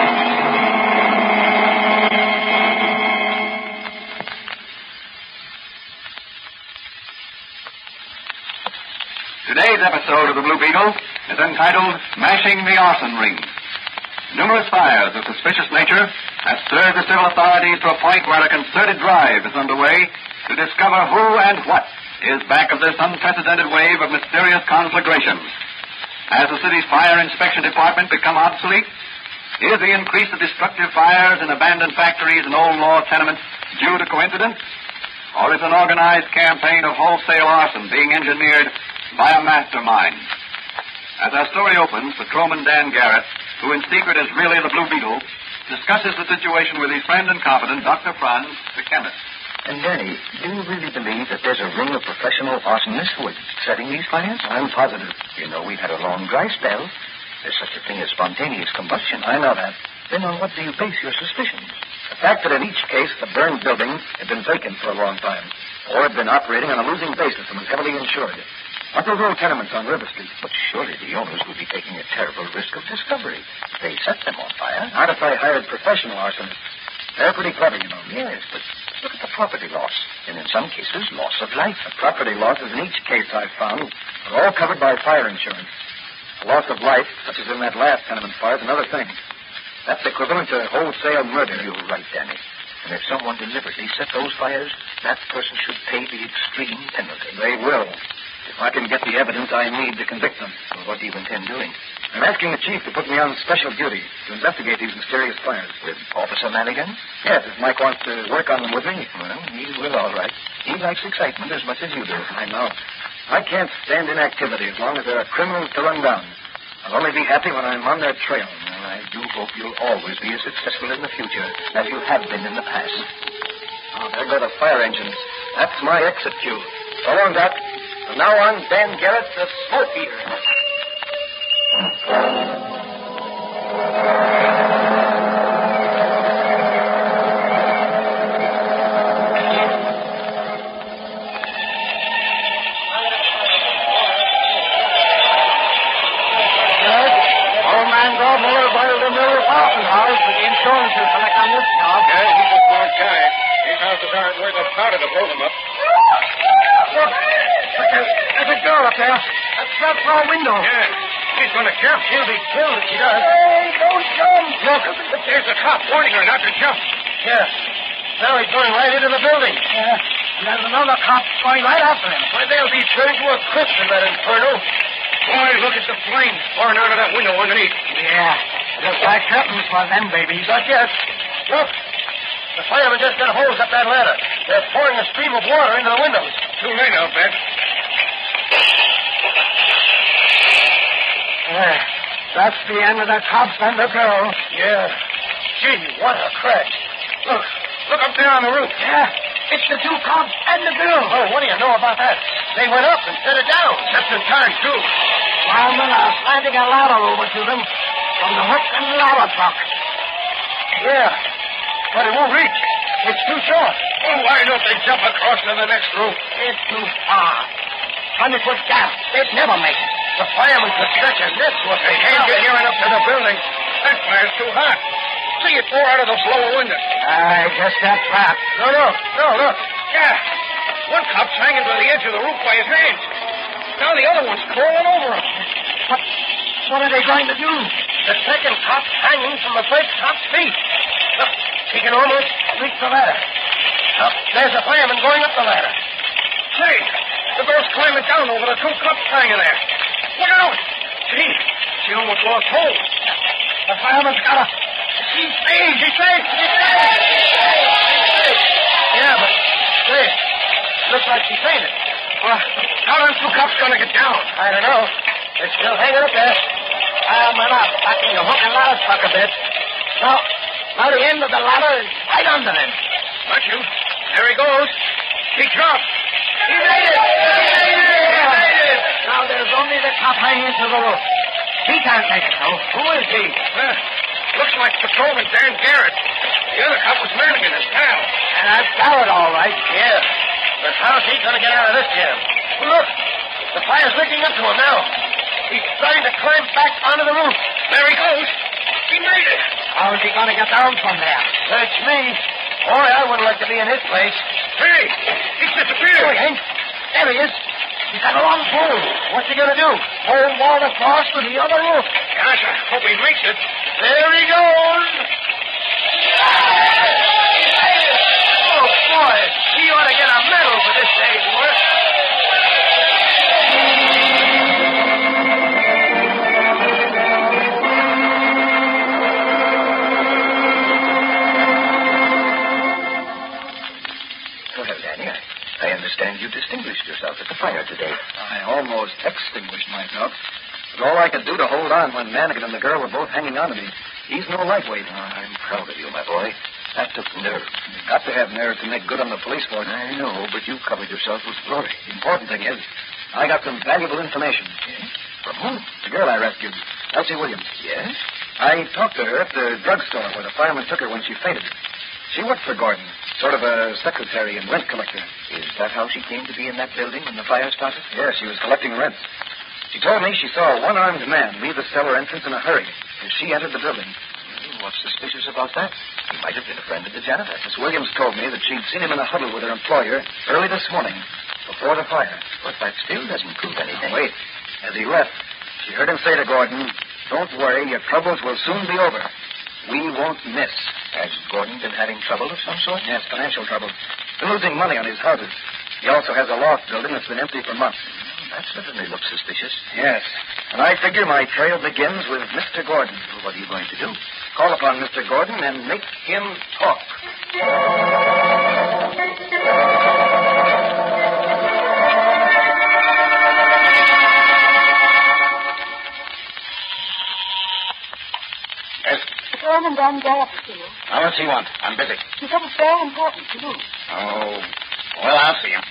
Speaker 48: Today's episode of The Blue Beetle is entitled Mashing the Arson Ring. Numerous fires of suspicious nature have stirred the civil authorities to a point where a concerted drive is underway to discover who and what is back of this unprecedented wave of mysterious conflagrations. Has the city's fire inspection department become obsolete? Is the increase of destructive fires in abandoned factories and old law tenements due to coincidence? Or is an organized campaign of wholesale arson being engineered by a mastermind? As our story opens, Patrolman Dan Garrett, who in secret is really the Blue Beetle, discusses the situation with his friend and confidant, Dr. Franz, the chemist.
Speaker 47: And Danny, do you really believe that there's a ring of professional arsonists who are setting these fires? I'm positive. You know, we've had a long dry spell. There's such a thing as spontaneous combustion. I know that. Then on what do you base your suspicions?
Speaker 6: The fact that in each case the burned building had been vacant for a long time, or had been operating on a losing basis and was heavily insured. What were rural tenements on River Street? But surely the owners would be taking a terrible risk of discovery. They set them on fire. Not if they hired professional arsonists. They're pretty clever, you know. Yes, but look at the property loss. And in some cases, loss of life. The property losses in each case I've found are all covered by fire insurance. The loss of life, such as in that last tenement fire, is another thing. That's equivalent to wholesale murder. You're right, Danny.
Speaker 47: And if someone deliberately set those fires, that person should pay the extreme penalty.
Speaker 6: They will. If I can get the evidence I need to convict them.
Speaker 47: Well, what do you intend doing?
Speaker 6: I'm asking the chief to put me on special duty to investigate these mysterious fires.
Speaker 47: With Officer Madigan?
Speaker 6: Yes, if Mike wants to work on them with me.
Speaker 47: Well, he will, all right. He likes excitement as much as you do.
Speaker 6: I know. I can't stand inactivity as long as there are criminals to run down. I'll only be happy when I'm on their trail.
Speaker 47: Well, I do hope you'll always be as successful in the future as you have been in the past.
Speaker 6: Oh, there go the fire engines. That's my exit cue. So long, Doc. From now on, Dan Garrett, the smoke eater.
Speaker 1: Old man Bob Miller borrowed a Miller apartment house with the insurance to collect on this job. Yeah, he's a smart guy. These houses aren't worth a powder to blow them up.
Speaker 6: Look, look, there's, there's a girl up there. That's that far window.
Speaker 1: Yeah. She's going to jump. She'll be killed if she does.
Speaker 6: Hey, don't jump.
Speaker 1: Look, there's a cop warning her not to jump.
Speaker 6: Yeah. Now he's going right into the building. Yeah. There's another cop going right after him. Why, they'll be turned to a crisp in that inferno.
Speaker 1: Boy, look at the flames pouring out of that window underneath.
Speaker 6: Yeah. Looks like something's for them babies. Not yet. Look. The firemen just got holes up that ladder. They're pouring a stream of water into the windows.
Speaker 1: Too late, I'll bet.
Speaker 6: Yeah. That's the end of that cops and the girl. Yeah. Gee, what a crash. Look. Look up there on the roof. Yeah. It's the two cops and the girl. Oh, what do you know about that? They went up and set it down. Just in time, too. Firemen are sliding a ladder over to them from the hook and ladder truck. Yeah. But it won't reach. It's too short.
Speaker 1: Oh, why don't they jump across to the next roof?
Speaker 6: It's too far. Hundred foot gap. They'd never make it. The firemen could stretch a lift with
Speaker 1: They can't get near enough to the building. That fire's too hot. See it pour out of those lower windows.
Speaker 6: I guess that trap. No, no, no, look.
Speaker 1: Yeah. One cop's hanging to the edge of the roof by his hands. Now the other one's crawling over him.
Speaker 6: What, what are they going to do? The second cop's hanging from the first cop's feet. Look, he can almost reach the ladder. Look, there's a fireman going up the ladder.
Speaker 1: Say, the girl's climbing down over the two cops hanging there. Look out! Gee, she almost lost hold.
Speaker 6: The fireman's got a... She's saved! She's saved! She's saved! She's saved! She's saved! Yeah, but... Say, looks like she fainted. Well, how are them two cops going to get down? I don't know. They're still hanging up there. Fireman up, back in the hook and ladder truck a bit. Now, now the end of the ladder is right under them.
Speaker 1: But you, there he goes. He dropped.
Speaker 6: He made it! He made it! He made it! Now there's only the cop hanging to the roof. He can't take it, though. Who is he?
Speaker 1: Well, looks like Patrolman Dan Garrett. The other cop was Madigan, his pal.
Speaker 6: And that's Garrett, all right. Yeah. But how's he going to get out of this jam? Well, look. The fire's licking up to him now. He's starting to climb back onto the roof.
Speaker 1: There he goes. He made it.
Speaker 6: How is he going to get down from there? Search me. Boy, I wouldn't like to be in his place.
Speaker 1: Hey, he's disappeared.
Speaker 6: Oh, he ain't. There he is. He's got a long pole. What's he going to do? Hold wall across to the other roof.
Speaker 1: Gosh, I hope he makes it.
Speaker 6: There he goes. Oh, boy. He ought to get a medal for this day's work.
Speaker 49: Well, Danny, I, I understand you distinguished yourself at the fire today.
Speaker 50: I almost extinguished myself. But all I could do to hold on when Manigan and the girl were both hanging on to me. He's no lightweight.
Speaker 49: I'm proud of you, my boy. That took nerve.
Speaker 50: You've got to have nerve to make good on the police force.
Speaker 49: I know, but you covered yourself with glory.
Speaker 50: The important thing is, I got some valuable information.
Speaker 49: From whom?
Speaker 50: The girl I rescued, Elsie Williams.
Speaker 49: Yes?
Speaker 50: I talked to her at the drugstore where the fireman took her when she fainted. She worked for Gordon, sort of a secretary and rent collector.
Speaker 49: Is that how she came to be in that building when the fire started?
Speaker 50: Yeah, she was collecting rent. She told me she saw a one-armed man leave the cellar entrance in a hurry as she entered the building.
Speaker 49: Hmm, What's suspicious about that? He might have been a friend of the janitor.
Speaker 50: Miss Williams told me that she'd seen him in a huddle with her employer early this morning, before the fire.
Speaker 49: But that still doesn't prove anything.
Speaker 50: Now, wait. As he left, she heard him say to Gordon, Don't worry, your troubles will soon be over. We won't miss.
Speaker 49: Has Gordon been having trouble of some sort?
Speaker 50: Yes, financial trouble. Been losing money on his houses. He also has a loft building that's been empty for months.
Speaker 49: That certainly looks suspicious.
Speaker 50: Yes. And I figure my trail begins with Mr. Gordon.
Speaker 49: Well, what are you going to do?
Speaker 50: Call upon Mr. Gordon and make him talk.
Speaker 49: Yes?
Speaker 32: Norman Dan Garrett is here.
Speaker 49: How much do you want? I'm busy.
Speaker 32: He said it's very important to me.
Speaker 49: Oh, well, I'll see him.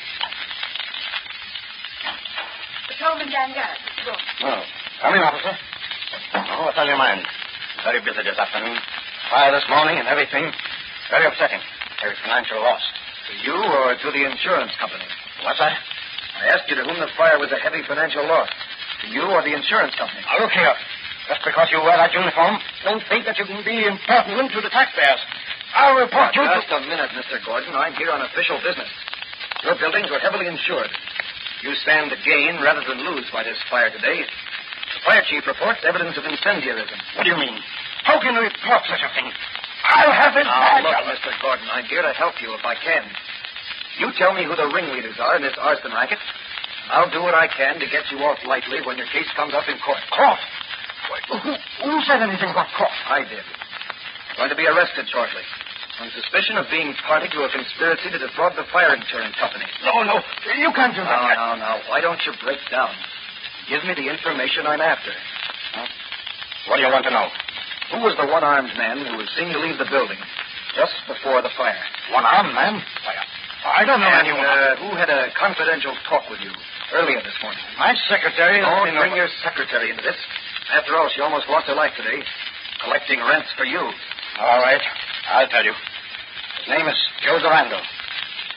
Speaker 32: Patrolman Dan Garrett, Mr. Gordon.
Speaker 49: Well, come in, officer. Oh, what's on your mind? Very busy this afternoon. Fire this morning and everything. Very upsetting. Very financial loss.
Speaker 50: To you or to the insurance company?
Speaker 49: What's that?
Speaker 50: I asked you to whom the fire was a heavy financial loss. To you or the insurance company?
Speaker 49: Now, look here. Just because you wear that uniform, don't think that you can be impertinent to the taxpayers. I'll report you.
Speaker 50: Just a minute, Mr. Gordon. I'm here on official business. Your buildings were heavily insured. You stand to gain rather than lose by this fire today. The fire chief reports evidence of incendiarism.
Speaker 49: What do you mean? How can you report such a thing? I'll have it
Speaker 50: Now, Ah, look, Mr. Gordon, I'm here to help you if I can. You tell me who the ringleaders are in this arson racket. I'll do what I can to get you off lightly when your case comes up in court.
Speaker 49: Court?
Speaker 51: Who said anything about Croft?
Speaker 6: I did. Going to be arrested shortly. On suspicion of being party to a conspiracy to defraud the fire insurance company.
Speaker 51: No, no. You can't do that.
Speaker 6: No, no, no. Why don't you break down? Give me the information I'm after. Huh? What do you want to know? Who was the one-armed man who was seen to leave the building just before the fire?
Speaker 51: One-armed man?
Speaker 6: Why,
Speaker 51: I don't know
Speaker 6: and,
Speaker 51: anyone.
Speaker 6: Uh, who had a confidential talk with you earlier this morning?
Speaker 51: My secretary.
Speaker 6: Don't bring your secretary into this. After all, she almost lost her life today, collecting rents for you.
Speaker 51: All right. I'll tell you. His name is Joe Durando,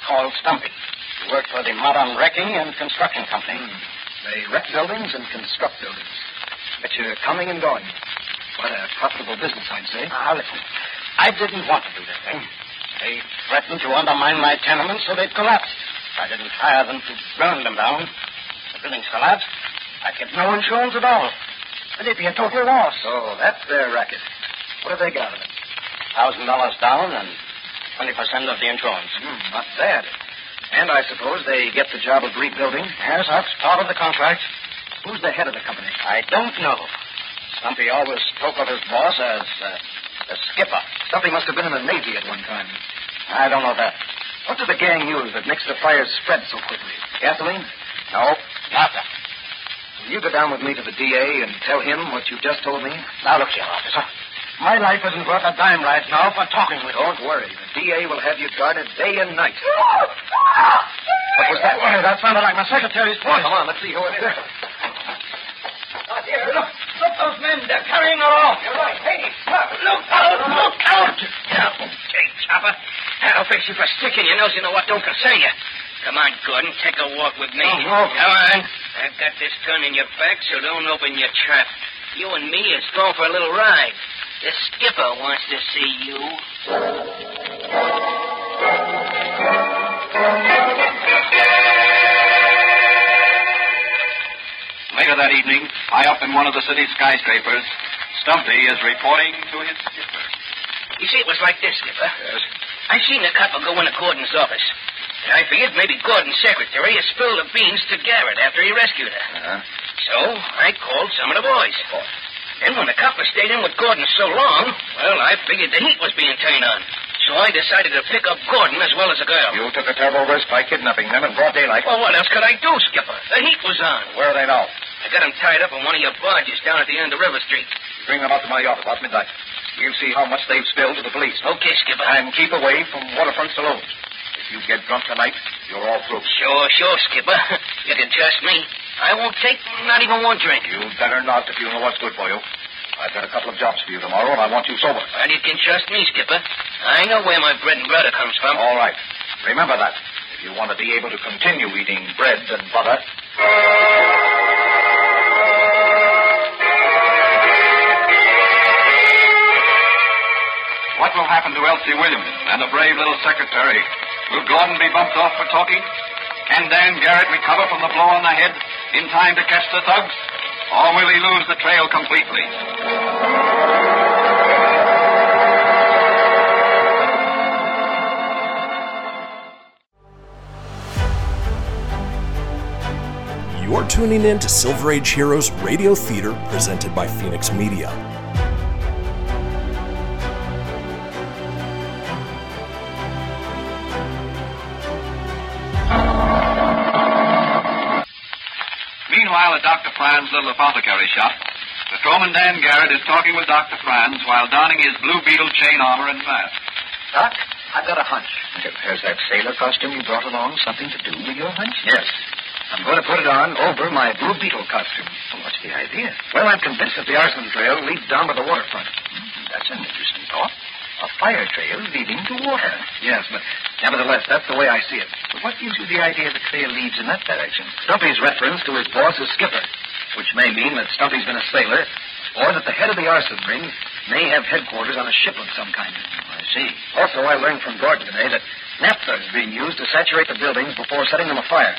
Speaker 51: called Stumpy. He worked for the Modern Wrecking and Construction Company.
Speaker 6: Hmm. They wreck buildings and construct buildings. But you're coming and going. Quite a profitable business, I'd say.
Speaker 51: Now, Ah, listen. I didn't want to do this thing. They threatened to undermine my tenements, so they collapsed. I didn't hire them to burn them down. The buildings collapsed. I kept no insurance at all. It'd be a total loss.
Speaker 6: Oh, that's their racket. What have they got of it?
Speaker 51: Thousand dollars down and twenty percent of the insurance.
Speaker 6: Hmm, Not bad. And I suppose they get the job of rebuilding.
Speaker 51: Yes, that's part of the contract.
Speaker 6: Who's the head of the company?
Speaker 51: I don't know. Stumpy always spoke of his boss as uh, the skipper.
Speaker 6: Something must have been in the Navy at one time.
Speaker 51: I don't know that.
Speaker 6: What did the gang use that makes the fires spread so quickly? Gasoline?
Speaker 51: No, nothing.
Speaker 6: Will you go down with me to the DA and tell him what you've just told me?
Speaker 51: Now look here, officer. My life isn't worth a dime right now for talking with you.
Speaker 6: Don't worry. The DA will have you guarded day and night.
Speaker 51: What
Speaker 6: was that?
Speaker 51: Oh, that sounded like my secretary's voice.
Speaker 6: Come on, let's see who it is.
Speaker 51: Oh, dear, look. Look, those men. They're carrying her off. You're right. Hey, look, look out. Look out. Okay, Chopper. I'll fix you for sticking your nose into what don't concern you. Come on, Gordon. Take a walk with me.
Speaker 1: Oh, no.
Speaker 51: Come on. I've got this gun in your back, so don't open your trap. You and me is going for a little ride. The skipper wants to see you.
Speaker 52: Later that evening, high up in one of the city's skyscrapers, Stumpy is reporting to his skipper.
Speaker 1: You see, it was like this, Skipper. Yes? I seen the copper go into Gordon's office. And I figured maybe Gordon's secretary has spilled the beans to Garrett after he rescued her.
Speaker 6: Uh-huh.
Speaker 1: So I called some of the boys. Then when the copper stayed in with Gordon so long, well, I figured the heat was being turned on. So I decided to pick up Gordon as well as the girl.
Speaker 6: You took a terrible risk by kidnapping them in broad daylight.
Speaker 1: Well, what else could I do, Skipper? The heat was on.
Speaker 6: Where are they now?
Speaker 1: I got him tied up on one of your barges down at the end of River Street.
Speaker 6: Bring them out to my office about midnight. We'll see how much they've spilled to the police.
Speaker 1: Okay, Skipper.
Speaker 6: And keep away from waterfront saloons. If you get drunk tonight, you're all through.
Speaker 1: Sure, sure, Skipper. You can trust me. I won't take not even one drink.
Speaker 6: You'd better not if you know what's good for you. I've got a couple of jobs for you tomorrow, and I want you sober.
Speaker 1: And you can trust me, Skipper. I know where my bread and butter comes from.
Speaker 6: All right. Remember that. If you want to be able to continue eating bread and butter.
Speaker 52: What will happen to Elsie Williams and the brave little secretary? Will Gordon be bumped off for talking? Can Dan Garrett recover from the blow on the head in time to catch the thugs? Or will he lose the trail completely?
Speaker 14: You're tuning in to Silver Age Heroes Radio Theater presented by Phoenix Media.
Speaker 52: Meanwhile, at Dr. Franz's little apothecary shop, Patrolman Dan Garrett is talking with Dr. Franz while donning his blue beetle chain armor and mask.
Speaker 6: Doc, I've got a hunch. Has that sailor costume you brought along something to do with your hunch? Yes. I'm going to put it on over my Blue Beetle costume. what's the idea? Well, I'm convinced that the arson trail leads down to the waterfront. Hmm, that's an interesting thought. A fire trail leading to water. Yes, but nevertheless, that's the way I see it. But what gives you the idea the trail leads in that direction? Stumpy's reference to his boss as skipper, which may mean that Stumpy's been a sailor, or that the head of the arson ring may have headquarters on a ship of some kind. I see. Also, I learned from Gordon today that naphtha is being used to saturate the buildings before setting them afire.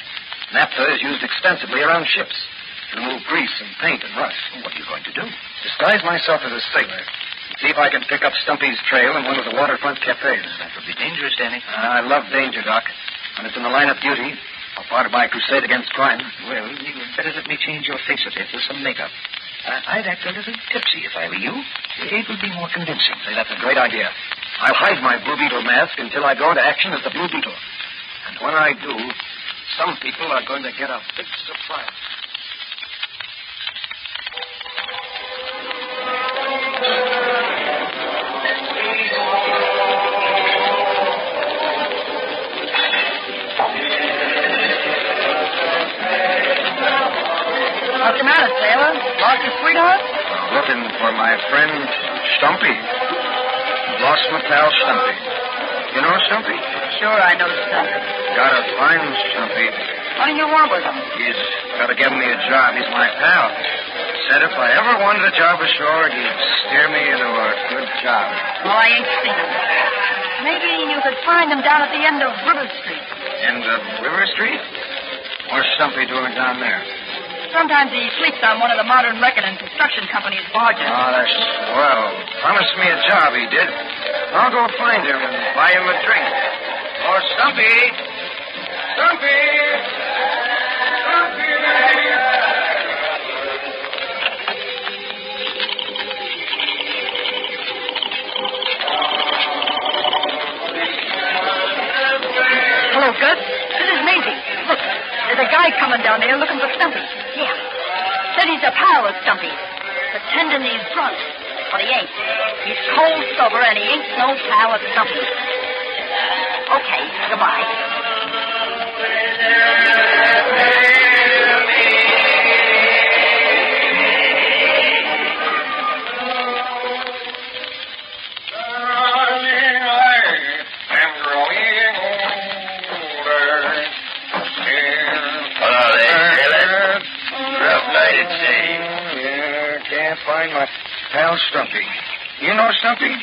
Speaker 6: Naphtha is used extensively around ships to remove grease and paint and rust. What are you going to do? Disguise myself as a sailor. and See if I can pick up Stumpy's trail in one of the waterfront cafes. That would be dangerous, Danny. I love danger, Doc. When it's in the line of duty, a part of my crusade against crime. Well, you better let me change your face a bit with some makeup. I- I'd act a little tipsy if I were you. It would be more convincing. Say, that's a great idea. I'll hide my Blue Beetle mask until I go into action as the Blue Beetle. And when I do, some people are going to get a big surprise.
Speaker 32: What's the matter, Taylor? Lost your sweetheart?
Speaker 6: Looking for my friend Stumpy. Lost my pal Stumpy. You know Stumpy?
Speaker 32: Sure, I know Stumpy.
Speaker 6: Gotta find Stumpy.
Speaker 32: What do you want with him?
Speaker 6: He's gotta give me a job. He's my pal. Said if I ever wanted a job ashore, he'd steer me into a good job.
Speaker 32: Oh, I ain't seen him. Maybe you could find him down at the end of River Street.
Speaker 6: End of River Street? What's Stumpy doing down there?
Speaker 32: Sometimes he sleeps on one of the Modern Record and Construction Company's barges.
Speaker 6: Oh, that's swell. Promised me a job, he did. I'll go find him and buy him a drink. Or Stumpy. Stumpy!
Speaker 32: Hello, Gus. This is Maisie. Look, there's a guy coming down there looking for Stumpy. Yeah. Said he's a pal of Stumpy, pretending he's drunk. But he ain't. He's cold sober, and he ain't no pal of Stumpy. Okay, goodbye.
Speaker 18: Darling, I am growing older. Hello there, Taylor. Rough night at sea.
Speaker 6: Yeah, can't find my pal Stumpy. You know Stumpy?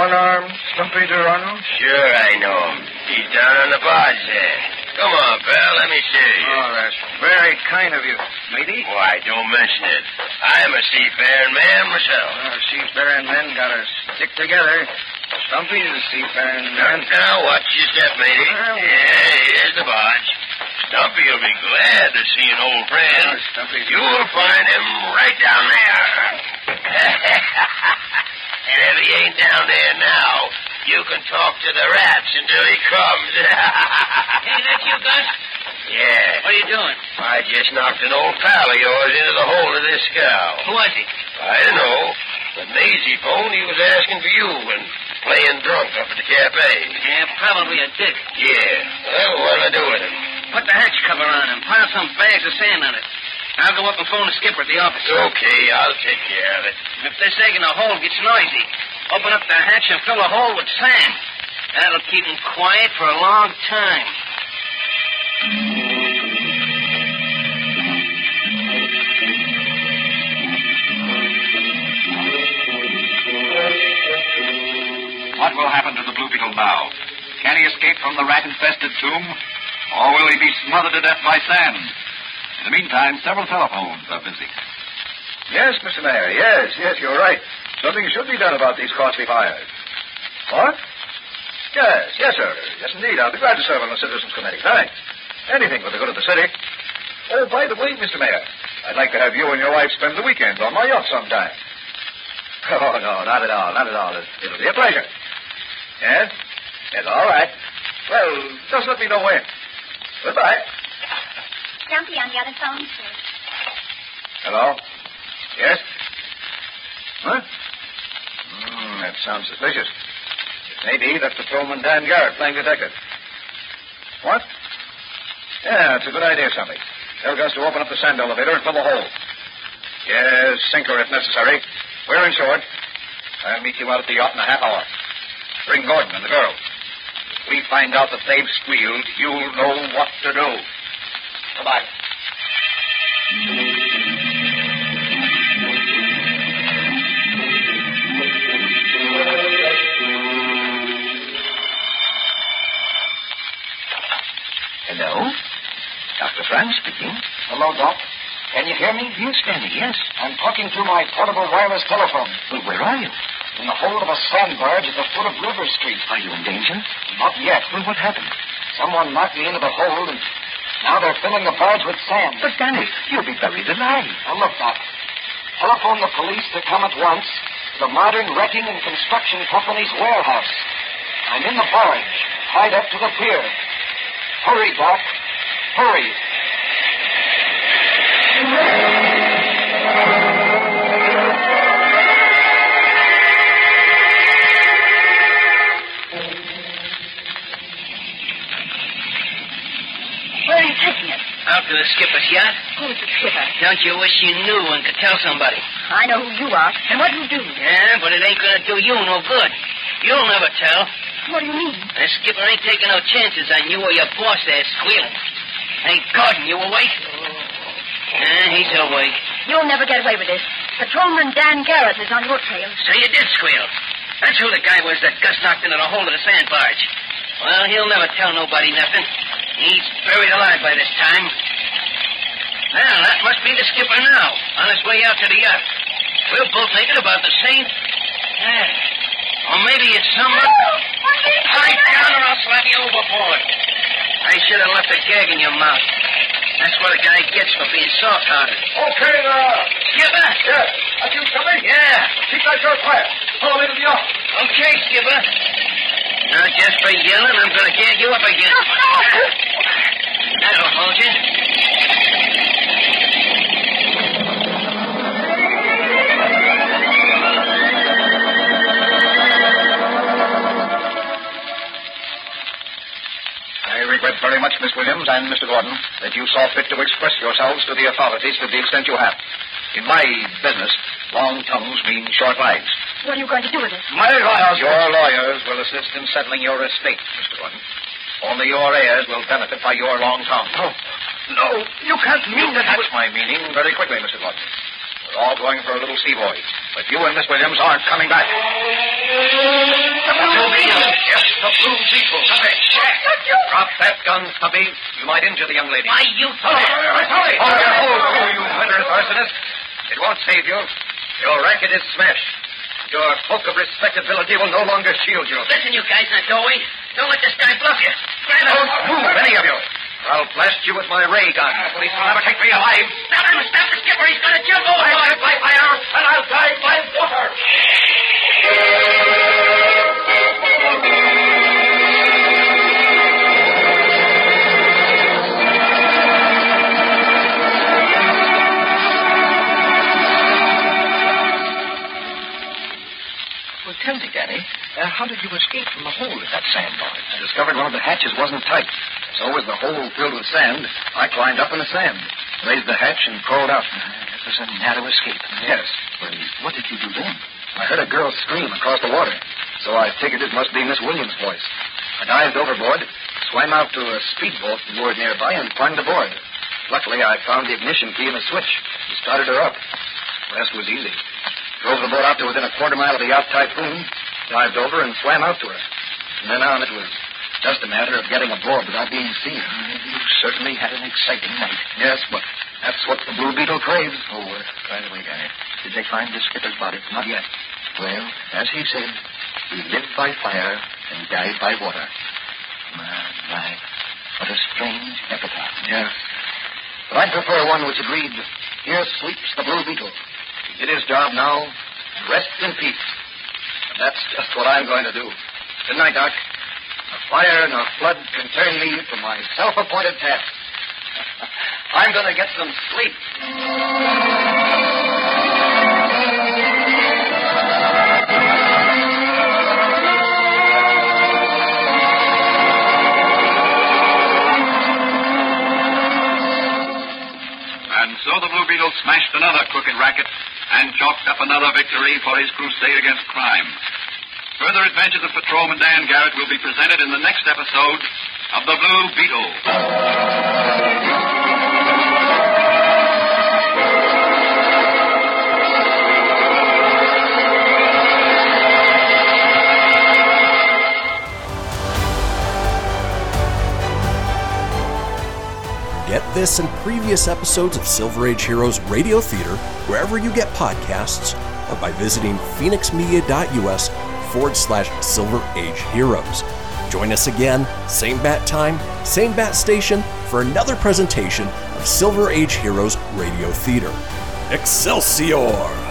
Speaker 6: One arm Stumpy Durano?
Speaker 18: Sure, I know him. He's down on the barge there. Come on, pal, let me see you.
Speaker 6: Oh, that's very kind of you, matey.
Speaker 18: Why, don't mention it. I'm a seafaring man myself.
Speaker 6: Oh, seafaring men gotta stick together. Stumpy's a seafaring man.
Speaker 18: Now, watch your step, matey. Yeah, here's the barge. Stumpy will be glad to see an old friend.
Speaker 6: Stumpy.
Speaker 18: You'll find him right down there. and if he ain't down there now, you can talk to the rats until he comes.
Speaker 53: hey, that's you, Gus?
Speaker 18: yeah.
Speaker 53: What are you doing?
Speaker 18: I just knocked an old pal of yours into the hole of this scow.
Speaker 53: Who was he?
Speaker 18: I don't know. But Maisie phoned. He was asking for you and playing drunk up at the cafe.
Speaker 53: Yeah, probably a dick.
Speaker 18: Yeah. Well, what'll I do with him?
Speaker 53: Put the hatch cover on him. Pile some bags of sand on it. I'll go up and phone the skipper at the office.
Speaker 18: Okay, I'll take care of it.
Speaker 53: If this egg in the hole gets noisy, open up the hatch and fill the hole with sand. That'll keep him quiet for a long time.
Speaker 54: What will happen to the Blue Beetle now? Can he escape from the rat infested tomb? Or will he be smothered to death by sand? In the meantime, several telephones are busy.
Speaker 55: Yes, Mr. Mayor. Yes, yes, you're right. Something should be done about these costly fires. What? Yes, yes, sir. Yes, indeed. I'll be glad to serve on the Citizens Committee. Thanks. Anything for the good of the city. Oh, by the way, Mr. Mayor, I'd like to have you and your wife spend the weekend on my yacht sometime. Oh, no, not at all, not at all. It- It'll be a pleasure. Yes? Yes, all right. Well, just let me know when. Goodbye.
Speaker 56: Stumpy on the other phone, sir.
Speaker 55: Hello? Yes? What? Hmm, that sounds suspicious. It may be that's patrolman Dan Garrett playing detective. What? Yeah, it's a good idea, Stumpy. Tell Gus to open up the sand elevator and fill the hole. Yes, sinker if necessary. We're insured. I'll meet you out at the yacht in a half hour. Bring Gordon and the girl. If we find out that they've squealed, you'll know what to do. Goodbye.
Speaker 6: Hello? Dr. Franz speaking. Hello, Doc. Can you hear me? Yes, Stanley, yes. I'm talking through my portable wireless telephone. Well, where are you? In the hold of a sand barge at the foot of River Street. Are you in danger? Not yet. Well, what happened? Someone knocked me into the hold, and now they're filling the barge with sand. But, Danny, you'll be buried alive. Now, look, Doc.
Speaker 57: telephone the police to come at once to the Modern Wrecking and Construction Company's warehouse. I'm in the barge, tied up to the pier. Hurry, Doc. Hurry.
Speaker 32: Where are you taking us?
Speaker 58: Out to the skipper's yacht?
Speaker 32: Who's the skipper?
Speaker 58: Don't you wish you knew and could tell somebody?
Speaker 32: I know who you are and what you do.
Speaker 58: Yeah, but it ain't gonna do you no good. You'll never tell.
Speaker 32: What do you mean?
Speaker 58: The skipper ain't taking no chances on you or your boss there squealing. Hey, Gordon, you awake? Yeah, he's awake.
Speaker 32: You'll never get away with this. Patrolman Dan Garrett is on your trail.
Speaker 58: So you did squeal. That's who the guy was that Gus knocked into the hole of the sand barge. Well, he'll never tell nobody nothing. He's buried alive by this time. Now, that must be the skipper now, on his way out to the yacht. We're both making about the same. Yeah. Or maybe it's some. Pipe down or I'll slap you overboard. I should have left a gag in your mouth. That's what a guy gets for being soft hearted.
Speaker 59: Okay, now.
Speaker 58: Skipper?
Speaker 59: Yes. Are you coming?
Speaker 58: Yeah.
Speaker 59: Keep that door quiet. Follow me to the office.
Speaker 58: Okay, Skipper. Now, just for yelling, I'm going to gag you up again. That'll hold you.
Speaker 6: I regret very much, Miss Williams and Mr. Gordon, that you saw fit to express yourselves to the authorities to the extent you have. In my business, long tongues mean short lives.
Speaker 32: What are you going to do with this?
Speaker 6: Your lawyers will assist in settling your estate, Mr. Gordon. Only your heirs will benefit by your long tongue. No, Oh, no, you can't mean that. That's my meaning very quickly, Mr. Gordon. We're all going for a little sea voyage, but you and Miss Williams aren't coming back. Yes, the blue people. Drop that gun, Stubby. You might injure the young lady.
Speaker 58: Why, you...
Speaker 32: Oh,
Speaker 6: Hold your hold, you, you murderous arsonist. It won't save you. Your racket is smashed. Your cloak of respectability will no longer shield you.
Speaker 58: Listen, you guys in the doorway. Don't let this guy bluff you. Grab him.
Speaker 6: Don't move, any of you. I'll blast you with my ray gun. Police will never take me alive.
Speaker 58: Stop him. Stop the skipper. He's going to jump overboard.
Speaker 6: I'll live by fire, and I'll die by water.
Speaker 60: Well, tell me, Danny, uh, how did you escape from the hole at that sandbar?
Speaker 6: I discovered one of the hatches wasn't tight. So was the hole filled with sand. I climbed up in the sand, raised the hatch, and crawled out.
Speaker 60: Uh, It was a narrow escape.
Speaker 6: Yes.
Speaker 60: Well, what did you do then?
Speaker 6: I heard a girl scream across the water, so I figured it must be Miss Williams' voice. I dived overboard, swam out to a speedboat that moored nearby, and climbed aboard. Luckily, I found the ignition key in a switch and started her up. The rest was easy. Drove the boat out to within a quarter mile of the yacht Typhoon, dived over, and swam out to her. From then on, it was just a matter of getting aboard without being seen.
Speaker 60: You certainly had an exciting night.
Speaker 6: Yes, but that's what the Blue Beetle craves.
Speaker 60: Oh, uh, by the way, Danny, did they find the skipper's body?
Speaker 6: Not yet.
Speaker 60: Well, as he said, he lived by fire and died by water. My, my, what a strange epitaph.
Speaker 6: Yes. But I prefer one which would read, Here sleeps the Blue Beetle. He did his job now. Rest in peace. And that's just what I'm going to do. Good night, Doc. A fire and a flood can turn me from my self-appointed task. I'm going to get some sleep.
Speaker 61: And so the Blue Beetle smashed another crooked racket and chalked up another victory for his crusade against crime. Further adventures of Patrolman Dan Garrett will be presented in the next episode of The Blue Beetle.
Speaker 14: Get this and previous episodes of Silver Age Heroes Radio Theater wherever you get podcasts or by visiting phoenixmedia.us forward slash Silver Age Heroes. Join us again, same bat time, same bat station, for another presentation of Silver Age Heroes Radio Theater. Excelsior!